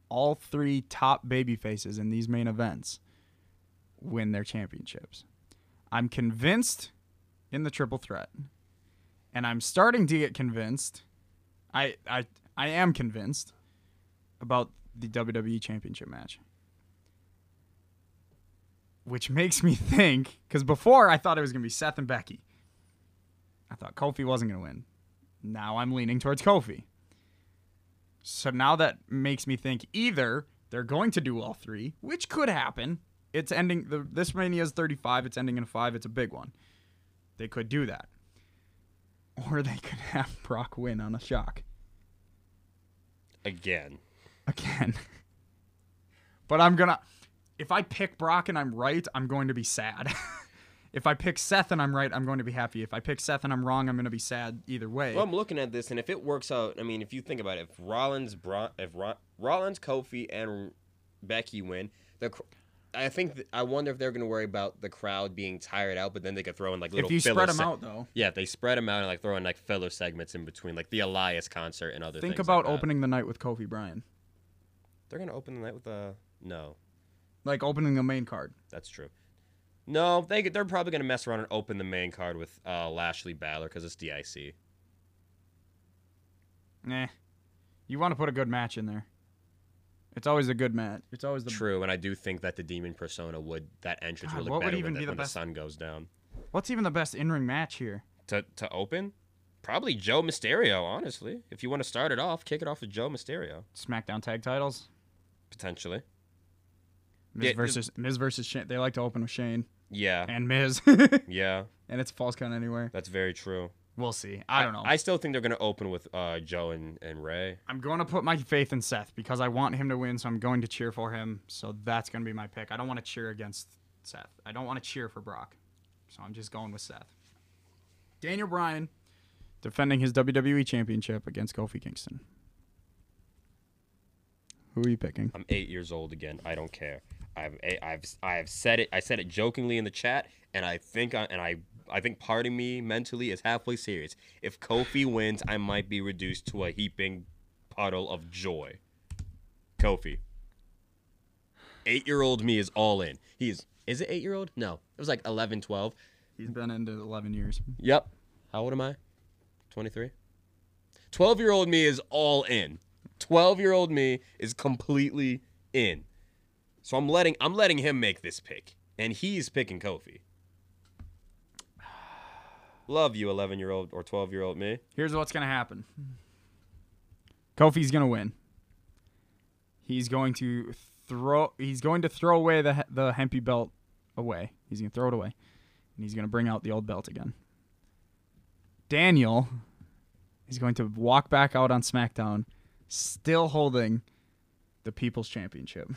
all three top babyfaces in these main events win their championships. I'm convinced in the triple threat, and I'm starting to get convinced. I I I am convinced about the WWE Championship match, which makes me think because before I thought it was gonna be Seth and Becky. I thought Kofi wasn't gonna win. Now I'm leaning towards Kofi. So now that makes me think either they're going to do all three, which could happen. It's ending the this mania is 35. It's ending in a five. It's a big one. They could do that, or they could have Brock win on a shock
Again.
again. but I'm gonna. If I pick Brock and I'm right, I'm going to be sad. if I pick Seth and I'm right, I'm going to be happy. If I pick Seth and I'm wrong, I'm going to be sad either way.
Well, I'm looking at this, and if it works out, I mean, if you think about it, if Rollins, Bron- if Ro- Rollins, Kofi, and Becky win, the cr- I think th- I wonder if they're going to worry about the crowd being tired out, but then they could throw in like little
if you
filler
spread them
seg-
out though,
Yeah, if they spread them out and like throw in like filler segments in between, like the Elias concert and other
think
things.
about
like that.
opening the night with Kofi Bryan,
They're going to open the night with uh, a no.
like opening the main card.
That's true. No, they could- they're probably going to mess around and open the main card with uh, Lashley Balor because it's DIC.
Nah, you want to put a good match in there. It's always a good match. It's always the
True, and I do think that the Demon Persona would that entrance
God,
would look
what would
better
even
when,
be the
the, when the
best-
sun goes down.
what's even the best in ring match here?
to to open? Probably Joe Mysterio, honestly. If you want to start it off, kick it off with Joe Mysterio,
SmackDown tag titles.
potentially.
Miz
Yeah,
versus Miz versus Shane. They like to open with Shane
Yeah,
and Miz, and
yeah,
it's a false count anywhere.
that's very true.
We'll see. I don't know.
I still think they're gonna open with uh, Joe and, and Ray.
I'm going to put my faith in Seth because I want him to win, so I'm going to cheer for him. So that's going to be my pick. I don't want to cheer against Seth. I don't want to cheer for Brock. So I'm just going with Seth. Daniel Bryan defending his WWE championship against Kofi Kingston. Who are you picking?
I'm eight years old again. I don't care. I've I- I've I have said it. I said it jokingly in the chat, and I think I, and I I think part of me mentally is halfway serious. If Kofi wins, I might be reduced to a heaping puddle of joy. Kofi. Eight year old me is all in. He's is it eight year old? No, it was like 11, 12.
He's been into 11 years.
Yep. How old am I? 23? 12 year old me is all in. 12 year old me is completely in. So I'm letting I'm letting him make this pick. And he's picking Kofi. Love you, 11 year old or 12 year old me.
Here's what's going to happen Kofi's going to win. He's going to throw he's going to throw away the the hempy belt away. He's going to throw it away. And he's going to bring out the old belt again. Daniel is going to walk back out on SmackDown still holding the People's Championship.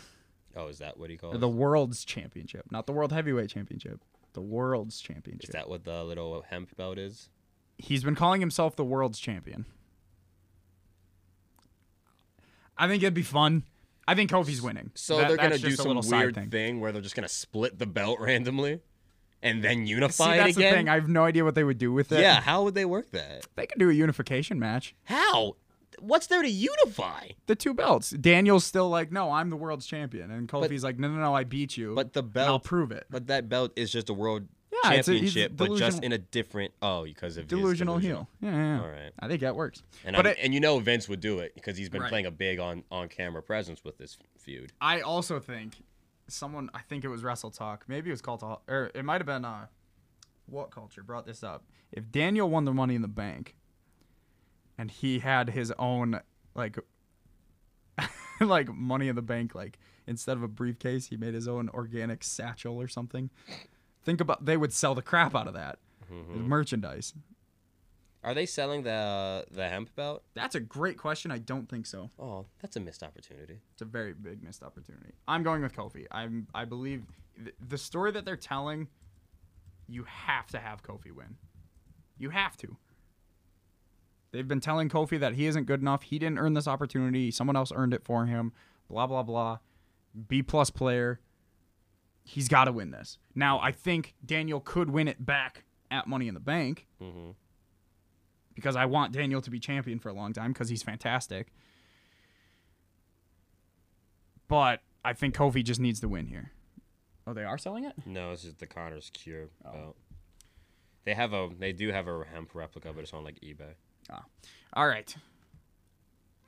Oh, is that what he calls
Or the World's Championship, not the World Heavyweight Championship. The World's Championship.
Is that what the little hemp belt is?
he's been calling himself the world's champion. I think it'd be fun. I think Kofi's winning.
So
That-
they're gonna
that's
do
just a
some
little side
weird
thing.
thing. where they're just gonna split the belt randomly and then
See,
unify it
that's
again.
the thing. I have no idea what they would do with it.
yeah, how would they work that?
they could do a unification match.
How? What's there to unify?
The two belts. Daniel's still like, no, I'm the world's champion, and Kofi's like, no, no, no, I beat you.
But the
and I'll
belt,
prove it.
but that belt is just a world
Yeah, it's a- he's
championship, but just
delusional-
in a different. Oh, because of his
Delusional, heel. Yeah, yeah, yeah.
All right.
I think that works.
And
but
I'm-
it,
and you know Vince would do it because he's been
Right.
playing a big on on camera presence with this feud.
I also think someone, I think it was Wrestle Talk, maybe it was Cult, or it might have been uh, What Culture brought this up. If Daniel won the Money in the Bank, and he had his own like, like Money in the Bank, like instead of a briefcase, he made his own organic satchel or something. Think about they would sell the crap out of that merchandise.
Are they selling the the hemp belt?
That's a great question. I don't think so.
Oh, that's a missed opportunity.
It's a very big missed opportunity. I'm going with Kofi. I'm I believe th- the story that they're telling. You have to have Kofi win. You have to. They've been telling Kofi that he isn't good enough. He didn't earn this opportunity. Someone else earned it for him. Blah blah blah. B plus player. He's got to win this. Now I think Daniel could win it back at Money in the Bank
Mm-hmm.
because I want Daniel to be champion for a long time because he's fantastic. But I think Kofi just needs to win here. Oh, they are selling it?
No, it's just the Connors cure belt. They have a they do have a hemp replica, but it's on like eBay.
All right.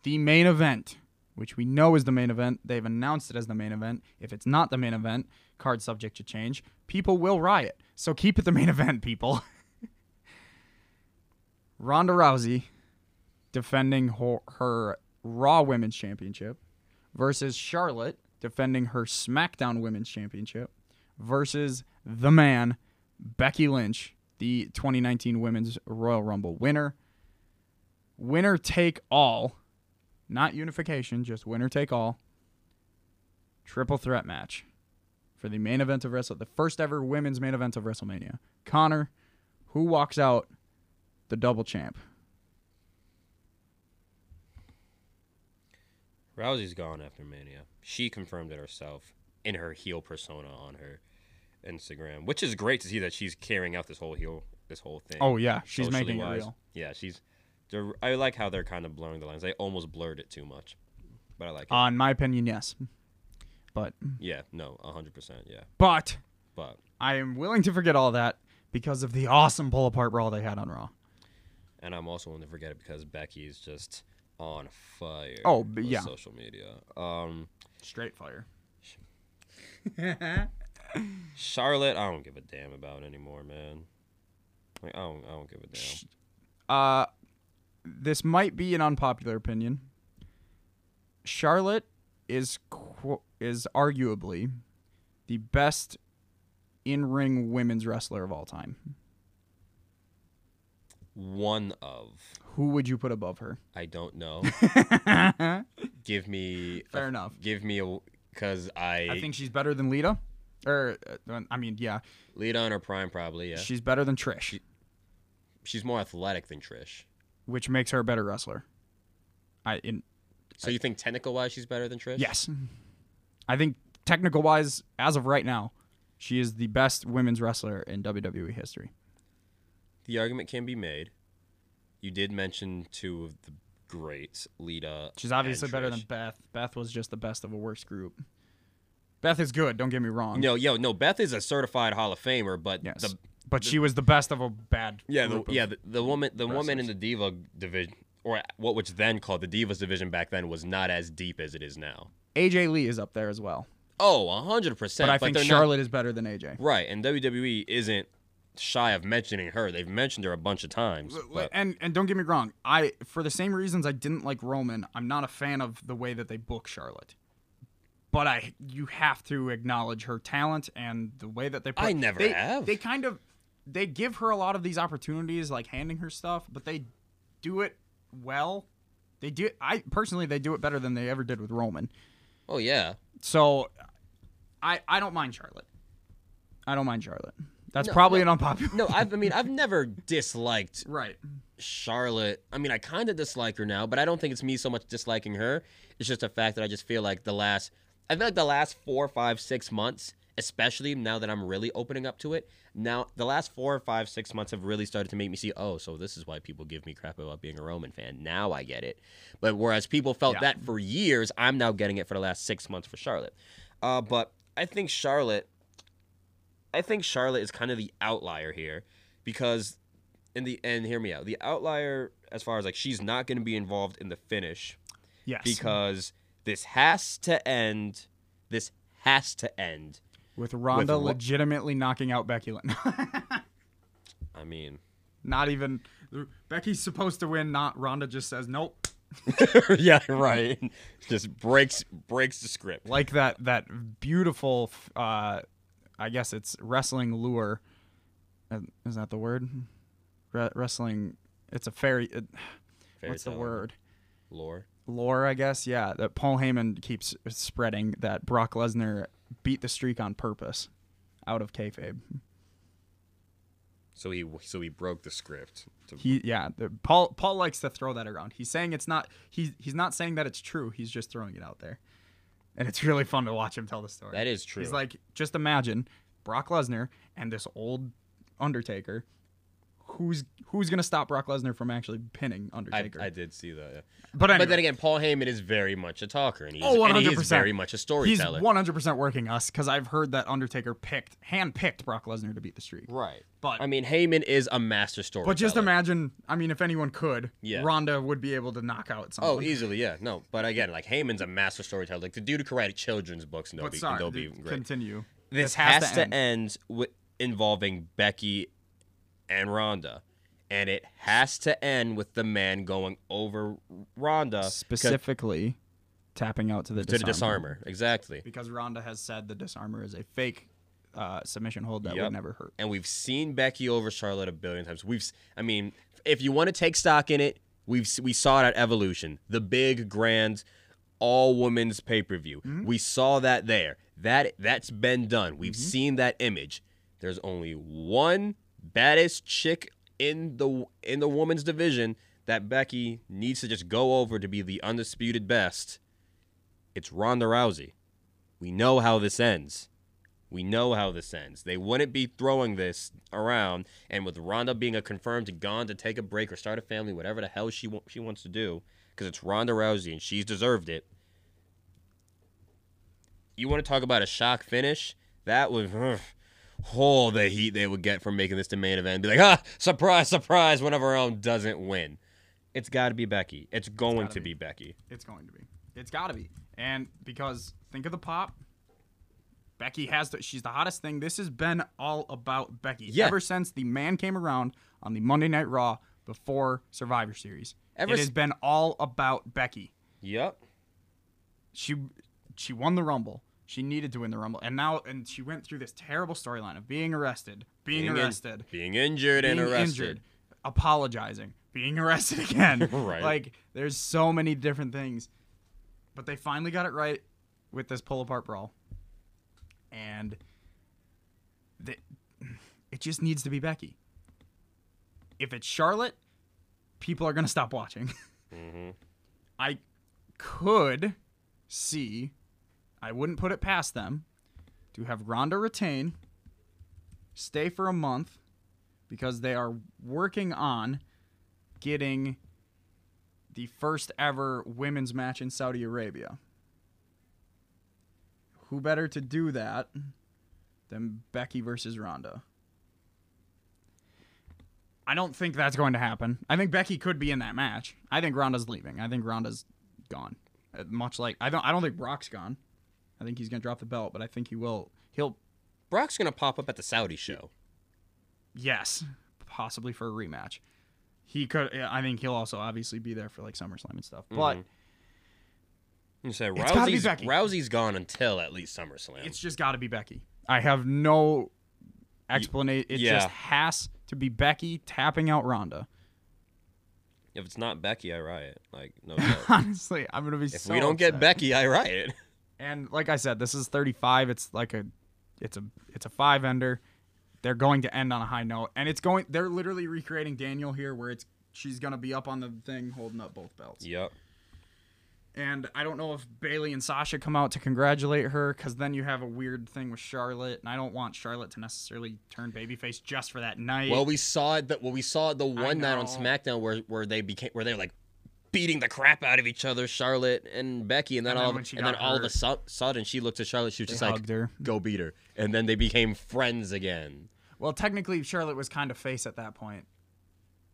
The main event, which we know is the main event, they've announced it as the main event. If it's not the main event, card subject to change, people will riot. So keep it the main event, people. Ronda Rousey defending her, her Raw Women's Championship versus Charlotte defending her SmackDown Women's Championship versus the man, Becky Lynch, the 2019 Women's Royal Rumble winner winner take all, not unification, just winner take all, triple threat match for the main event of Wrestle, the first ever women's main event of WrestleMania. Connor, who walks out the double champ?
Rousey's gone after Mania. She confirmed it herself in her heel persona on her Instagram, which is great to see that she's carrying out this whole heel this whole thing.
Oh yeah, she's making it
socially-wise.
real.
Yeah, she's. they're- I like how they're kind of blurring the lines. They almost blurred it too much, but I like it.
Uh, in my opinion, yes, but
yeah, no, hundred percent. Yeah,
but
but
I am willing to forget all that because of the awesome pull apart brawl they had on Raw.
and I'm also willing to forget it because Becky's just on fire.
Oh, b-
with
yeah.
social media. Um,
Straight fire.
Charlotte, I don't give a damn about anymore, man. Like I don't, I don't give a damn.
Uh, this might be an unpopular opinion. Charlotte is qu- is arguably the best in ring women's wrestler of all time.
One of,
Who would you put above her?
I don't know. give me a-
Fair enough.
Give me a because I,
I think she's better than Lita. Or uh, I mean, yeah,
Lita in her prime probably. Yeah,
she's better than Trish,
she's more athletic than Trish.
which makes her a better wrestler. I in
So you think technical wise she's better than Trish?
yes, I think technical wise, as of right now, she is the best women's wrestler in WWE history.
The argument can be made. You did mention two of the greats, Lita.
She's obviously
and
better than
Trish.
Beth. Beth was just the best of a worse group. Beth is good, don't get me wrong.
No, yo, no. Beth is a certified Hall of Famer, but
yes.
the
but she was the best of a bad
yeah, the,
group. of-
yeah, the, the woman, the woman in the diva division, or what was then called the divas division back then, was not as deep as it is now.
AJ Lee is up there as well.
Oh, hundred percent.
But I think
they're
Charlotte is better than AJ.
not, right, and WWE isn't shy of mentioning her. They've mentioned her a bunch of times. but-
And and don't get me wrong, I for the same reasons I didn't like Roman, I'm not a fan of the way that they book Charlotte. But I you have to acknowledge her talent and the way that they put
I never
they,
have.
They kind of they give her a lot of these opportunities like handing her stuff, but they do it well. They do I personally they do it better than they ever did with Roman.
oh yeah,
So I I don't mind Charlotte. I don't mind Charlotte. That's
No,
probably
no.
an unpopular
no. I've, I mean, I've never disliked
Right.
Charlotte. I mean, I kind of dislike her now, but I don't think it's me so much disliking her. It's just a fact that I just feel like the last, I feel like the last four, five, six months, especially now that I'm really opening up to it. Now, the last four or five, six months have really started to make me see, oh, so this is why people give me crap about being a Roman fan. Now I get it. But whereas people felt
Yeah.
that for years, I'm now getting it for the last six months for Charlotte. Uh, but I think Charlotte, I think Charlotte is kind of the outlier here because in the end, hear me out. The outlier, as far as like, she's not going to be involved in the finish
Yes.
because this has to end. This has to end.
with Ronda
Ro-
legitimately knocking out Becky Lynch.
I mean,
not even Becky's supposed to win, not Ronda just says nope.
yeah, right. Just breaks breaks the script.
Like that that beautiful f- uh I guess it's wrestling lure. Uh, Is that the word? Re- wrestling it's a fairy it,
Fairy
what's the
tale
word?
Lore.
Lore, I guess. Yeah, that Paul Heyman keeps spreading that Brock Lesnar beat the streak on purpose out of kayfabe.
So he so he broke the script. To,
He yeah, the, Paul Paul likes to throw that around. He's saying it's not he's he's not saying that it's true. He's just throwing it out there. And it's really fun to watch him tell the story.
that is true.
He's like, just imagine Brock Lesnar and this old Undertaker. Who's who's gonna stop Brock Lesnar from actually pinning
I,
Undertaker?
I did see that. Yeah.
but, anyway,
But then again, Paul Heyman is very much a talker, and he's
Oh,
and he is
100%.
very much a
he's
storyteller.
one hundred percent working us because I've heard that Undertaker picked hand picked Brock Lesnar to beat the streak.
right.
But
I mean, Heyman is a master storyteller.
but just imagine, I mean, if anyone could,
Yeah.
Ronda would be able to knock out
Oh,
someone.
easily, yeah. No, but again, like Heyman's a master storyteller. Like the dude who created children's books, and they'll
but
be,
sorry,
they'll be
dude,
great.
continue.
this has, to end, with involving Becky and Ronda, and it has to end with the man going over Ronda 'cause-
specifically tapping out to the
to the
disarm.
disarmer. Exactly.
because Ronda has said the disarmer is a fake uh, submission hold that
Yep.
would never hurt.
and we've seen Becky over Charlotte a billion times. We've, s- I mean, if you want to take stock in it, we've s- we saw it at Evolution, the big grand all women's pay per view. We saw that there. That that's been done. We've seen that image. There's only one baddest chick in the w- in the women's division that Becky needs to just go over to be the undisputed best. It's Ronda Rousey. We know how this ends. We know how this ends. They wouldn't be throwing this around, and with Ronda being a confirmed gone to take a break or start a family, whatever the hell she wa- she wants to do, because it's Ronda Rousey and she's deserved it. You want to talk about a shock finish? That was ugh, oh the heat they would get from making this the main event. Be like, ah, surprise, surprise, one of our own doesn't win. It's got to be Becky. It's going
gotta
to
be.
be Becky.
It's going to be. It's got to be. And because think of the pop. Becky has the, she's the hottest thing. This has been all about Becky
Yeah.
ever since the man came around on the Monday Night Raw before Survivor Series.
Ever
it
s-
has been all about Becky.
Yep.
she she won the rumble. She needed to win the rumble, and now and she went through this terrible storyline of being arrested, being,
in-
arrested,
being injured
being
and arrested.
injured, apologizing, being arrested again.
Right.
Like there's so many different things, but they finally got it right with this pull apart brawl, and the, it just needs to be Becky. If it's Charlotte, people are gonna stop watching.
Mm-hmm.
I could see, I wouldn't put it past them to have Ronda retain, stay for a month, because they are working on getting the first ever women's match in Saudi Arabia. Who better to do that than Becky versus Ronda? I don't think that's going to happen. I think Becky could be in that match. I think Ronda's leaving. I think Ronda's gone. Uh, Much like I don't I don't think Brock's gone. I think he's going to drop the belt, but I think he will he'll
Brock's gonna pop up at the Saudi show.
Yes, possibly for a rematch. He could. yeah, I think he'll also obviously be there for like SummerSlam and stuff. But
Mm-hmm. You say
It's gotta be
Rousey's,
Becky.
Rousey's gone until at least SummerSlam.
it's just got to be Becky. I have no explanation. It
yeah.
just has to be Becky tapping out Ronda.
if it's not Becky, I riot. Like no doubt.
Honestly, I'm gonna be.
if we don't get Becky, I riot.
and like I said, this is 35. It's like a, it's a, it's a five ender. They're going to end on a high note, and it's going. They're literally recreating Daniel here, where it's she's gonna be up on the thing holding up both belts.
yep.
And I don't know if Bailey and Sasha come out to congratulate her because then you have a weird thing with Charlotte, and I don't want Charlotte to necessarily turn babyface just for that night.
Well, we saw it. That well, we saw it the one night on
know.
SmackDown where where they became where they were like beating the crap out of each other, Charlotte and Becky, and then,
And then
all
when
of,
she
and then
got
all of a
hurt-
su- sudden she looked at Charlotte. She was just like,
hugged her.
"Go beat her," and then they became friends again.
well, technically Charlotte was kind of face at that point,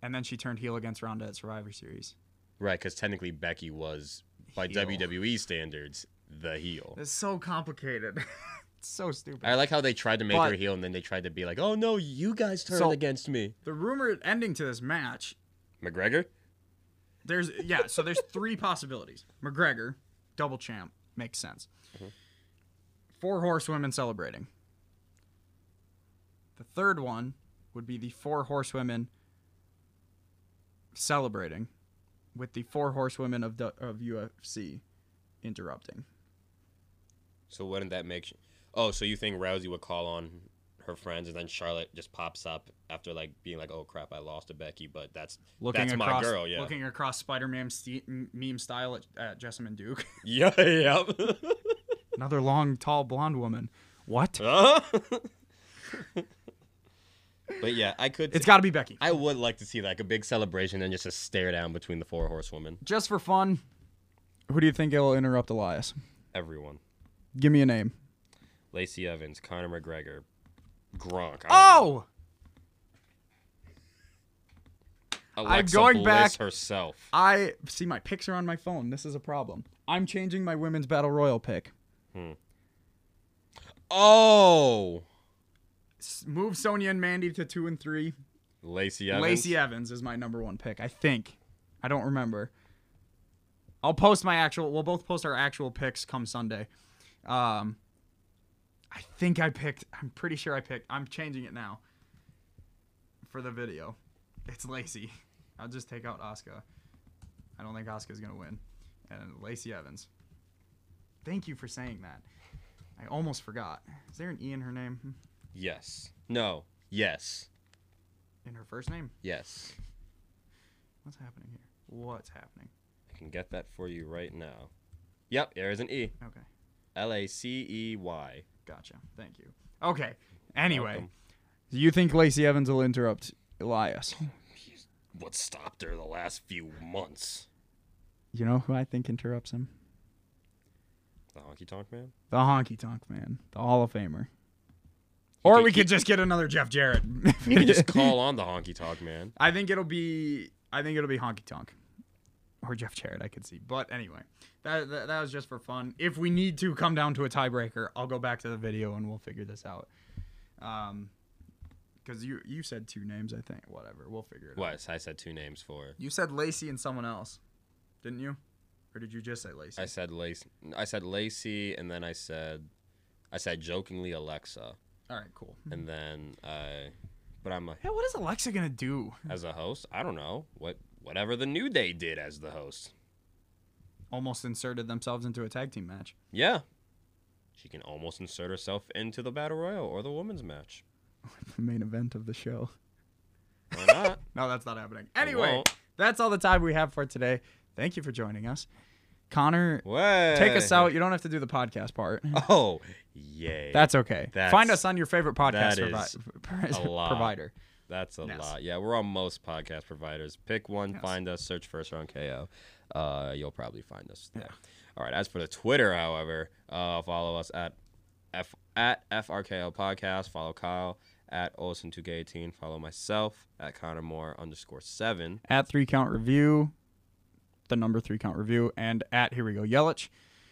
and then she turned heel against Ronda at Survivor Series.
Right, because technically Becky was by
Heel.
WWE standards the heel.
It's so complicated. it's so stupid.
I like how they tried to make her
But-
heel and then they tried to be like, oh no, you guys turned
So-
against me.
the rumored ending to this match
McGregor?
There's yeah, so there's three possibilities. McGregor, double champ, makes sense. Four horsewomen celebrating. The third one would be the four horsewomen celebrating with the four horsewomen of the, of UFC interrupting.
So wouldn't that make. Oh, so you think Rousey would call on her friends, and then Charlotte just pops up after like being like, "Oh crap, I lost to Becky," but that's
Looking
that's
across,
my girl, yeah,
Looking across Spider-Man ste- m- meme style at, at Jessamine Duke.
yeah, yeah.
Another long, tall, blonde woman. What?
Huh? but yeah, I could.
It's got to be Becky.
I would like to see like a big celebration and just a stare down between the four horsewomen.
Just for fun, who do you think will interrupt Elias?
Everyone.
Give me a name.
Lacey Evans, Conor McGregor, Gronk. I don't
Oh,
know.
I'm
Alexa
going
Bliss
back-
herself.
I see my picks are on my phone. This is a problem. I'm changing my women's battle royal pick.
Oh,
S- Move Sonya and Mandy to two and three.
Lacey Evans.
Lacey E- Evans is my number one pick. I think. I don't remember. I'll post my actual. We'll both post our actual picks come Sunday. Um, I think I picked. I'm pretty sure I picked. I'm changing it now. For the video, it's Lacey. I'll just take out Oscar. I don't think Oscar's gonna win, and Lacey Evans. Thank you for saying that. I almost forgot. Is there an E in her name?
Yes. No. Yes.
In her first name?
Yes.
What's happening here? What's happening?
I can get that for you right now. Yep, there is an E.
Okay.
L A C E Y.
Gotcha. Thank you. Okay. Anyway,
Welcome.
do you think Lacey Evans will interrupt Elias?
What stopped her the last few months?
You know who I think interrupts him?
The honky tonk man?
The Honky Tonk Man, the Hall of Famer. Or
could-
we
he-
could just get another Jeff Jarrett.
You can just call on the honky tonk man.
I think it'll be I think it'll be Honky Tonk or Jeff Jarrett. I could see, but anyway, that, that that was just for fun. If we need to come down to a tiebreaker, I'll go back to the video and we'll figure this out. Um, because you you said two names, I think. Whatever, we'll figure it out.
What? I said two names for.
You said Lacey and someone else, didn't you? Or did you just say Lacey?
I said Lace. I said Lacey, and then I said, I said jokingly Alexa,
All right, cool.
and then I. But I'm like,
Yeah, what is Alexa gonna do?
as a host, I don't know what whatever the New Day did as the host.
Almost inserted themselves into a tag team match.
Yeah, she can almost insert herself into the battle royal or the women's match.
Main event of the show.
Why not?
No, that's not happening. Anyway,
won't.
that's all the time we have for today. Thank you for joining us, Connor.
Way.
Take us out. You don't have to do the podcast part.
Oh, yay.
That's okay.
That's-
Find us on your favorite podcast
that is
provi-
a lot.
provider.
That's a
Yes.
lot. Yeah, we're on most podcast providers. Pick one, find us, search first round KO. Uh, you'll probably find us there. All right. As for the Twitter, however, uh, follow us at f at frko podcast. Follow Kyle at olson 2 k 18 Follow myself at Connor Moore underscore seven.
at three count review, the number three count review, and at here we go Yelich.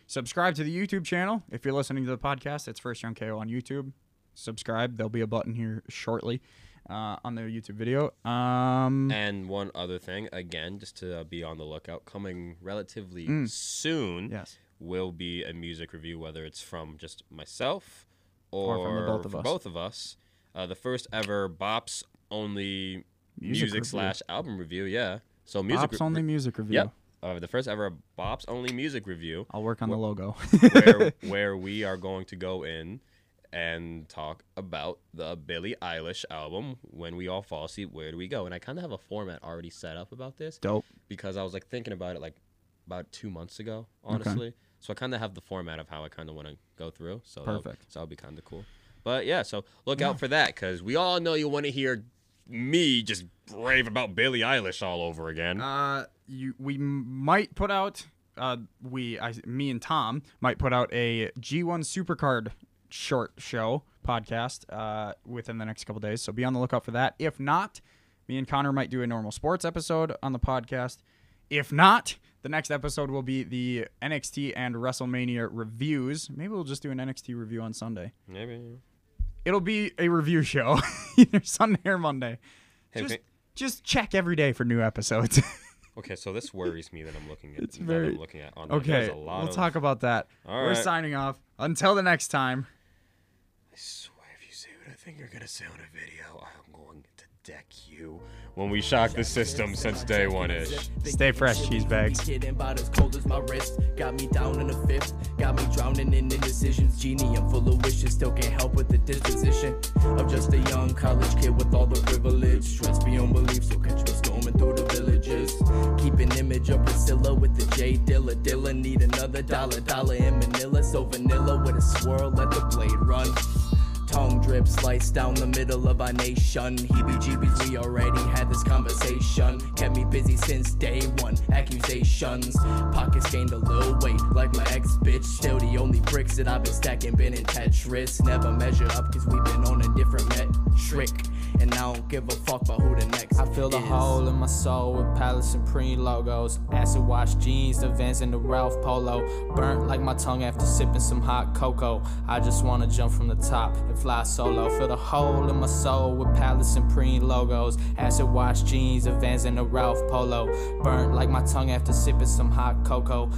Subscribe to the YouTube channel. If you're listening to the podcast, it's First Round KO on YouTube. Subscribe. There'll be a button here shortly uh, on the YouTube video. Um,
And one other thing, again, just to uh, be on the lookout, coming relatively
Mm.
soon
Yes.
will be a music review, whether it's from just myself or,
Or from the both of
from
us.
both of us. Uh, the first ever Bops only
Music
music,
review.
slash album review, yeah. So music
Pops
re-
only music review.
Yep. Uh, the first ever Bops only music review
I'll work on the logo.
where where we are going to go in and talk about the Billie Eilish album when we all fall asleep. Where do we go? And I kind of have a format already set up about this
Dope.
because I was like thinking about it like about two months ago, honestly. So I kind of have the format of how I kind of want to go through. So that'll-
Perfect.
so that'll be kind of cool. But yeah, so look out for that because we all know you want to hear me just rave about Billie Eilish all over again.
Uh, you, we m- might put out. Uh, we, I, me and Tom might put out a G1 Supercard short show podcast uh, within the next couple days. So be on the lookout for that. If not, me and Connor might do a normal sports episode on the podcast. If not, the next episode will be the NXT and WrestleMania reviews. Maybe we'll just do an NXT review on Sunday.
Maybe.
It'll be a review show either Sunday or Monday.
Hey,
just,
okay.
just check every day for new episodes.
Okay, so this worries me that I'm looking at.
It's
that
very-
I'm looking at online. There's
Okay,
a lot
we'll
of-
talk about that.
All
We're
right.
signing off. Until the next time.
I swear, if you say what I think you're gonna say on a video, I'm going to deck you when we shock the system since day one ish.
Stay fresh, cheese bags.
Kidding about as cold as my wrist. Got me down in a fifth. Got me drowning in indecisions. Genie, I'm full of wishes. Still can't help with the disposition. I'm just a young college kid with all the privilege. Stress beyond belief, so catch me storming through the villages. Keep an image of Priscilla with the J Dilla. Dilla need another dollar, dollar in Manila. So vanilla with a swirl, let the blade run. Tongue drip sliced down the middle of our nation. Heebie jeebies, we already had this conversation. Kept me busy since day one. Accusations. Pockets gained a little weight, like my ex bitch. Still the only bricks that I've been stacking, been in Tetris. Never measure up, cause we've been on a different metric. And I don't give a fuck about who the next
I fill the
is.
hole in my soul with Palace and Preen logos. Acid wash jeans, the Vans, and the Ralph Polo. Burnt like my tongue after sipping some hot cocoa. I just wanna jump from the top and fly solo. Fill the hole in my soul with Palace and Preen logos. Acid wash jeans, the Vans, and the Ralph Polo. Burnt like my tongue after sipping some hot cocoa.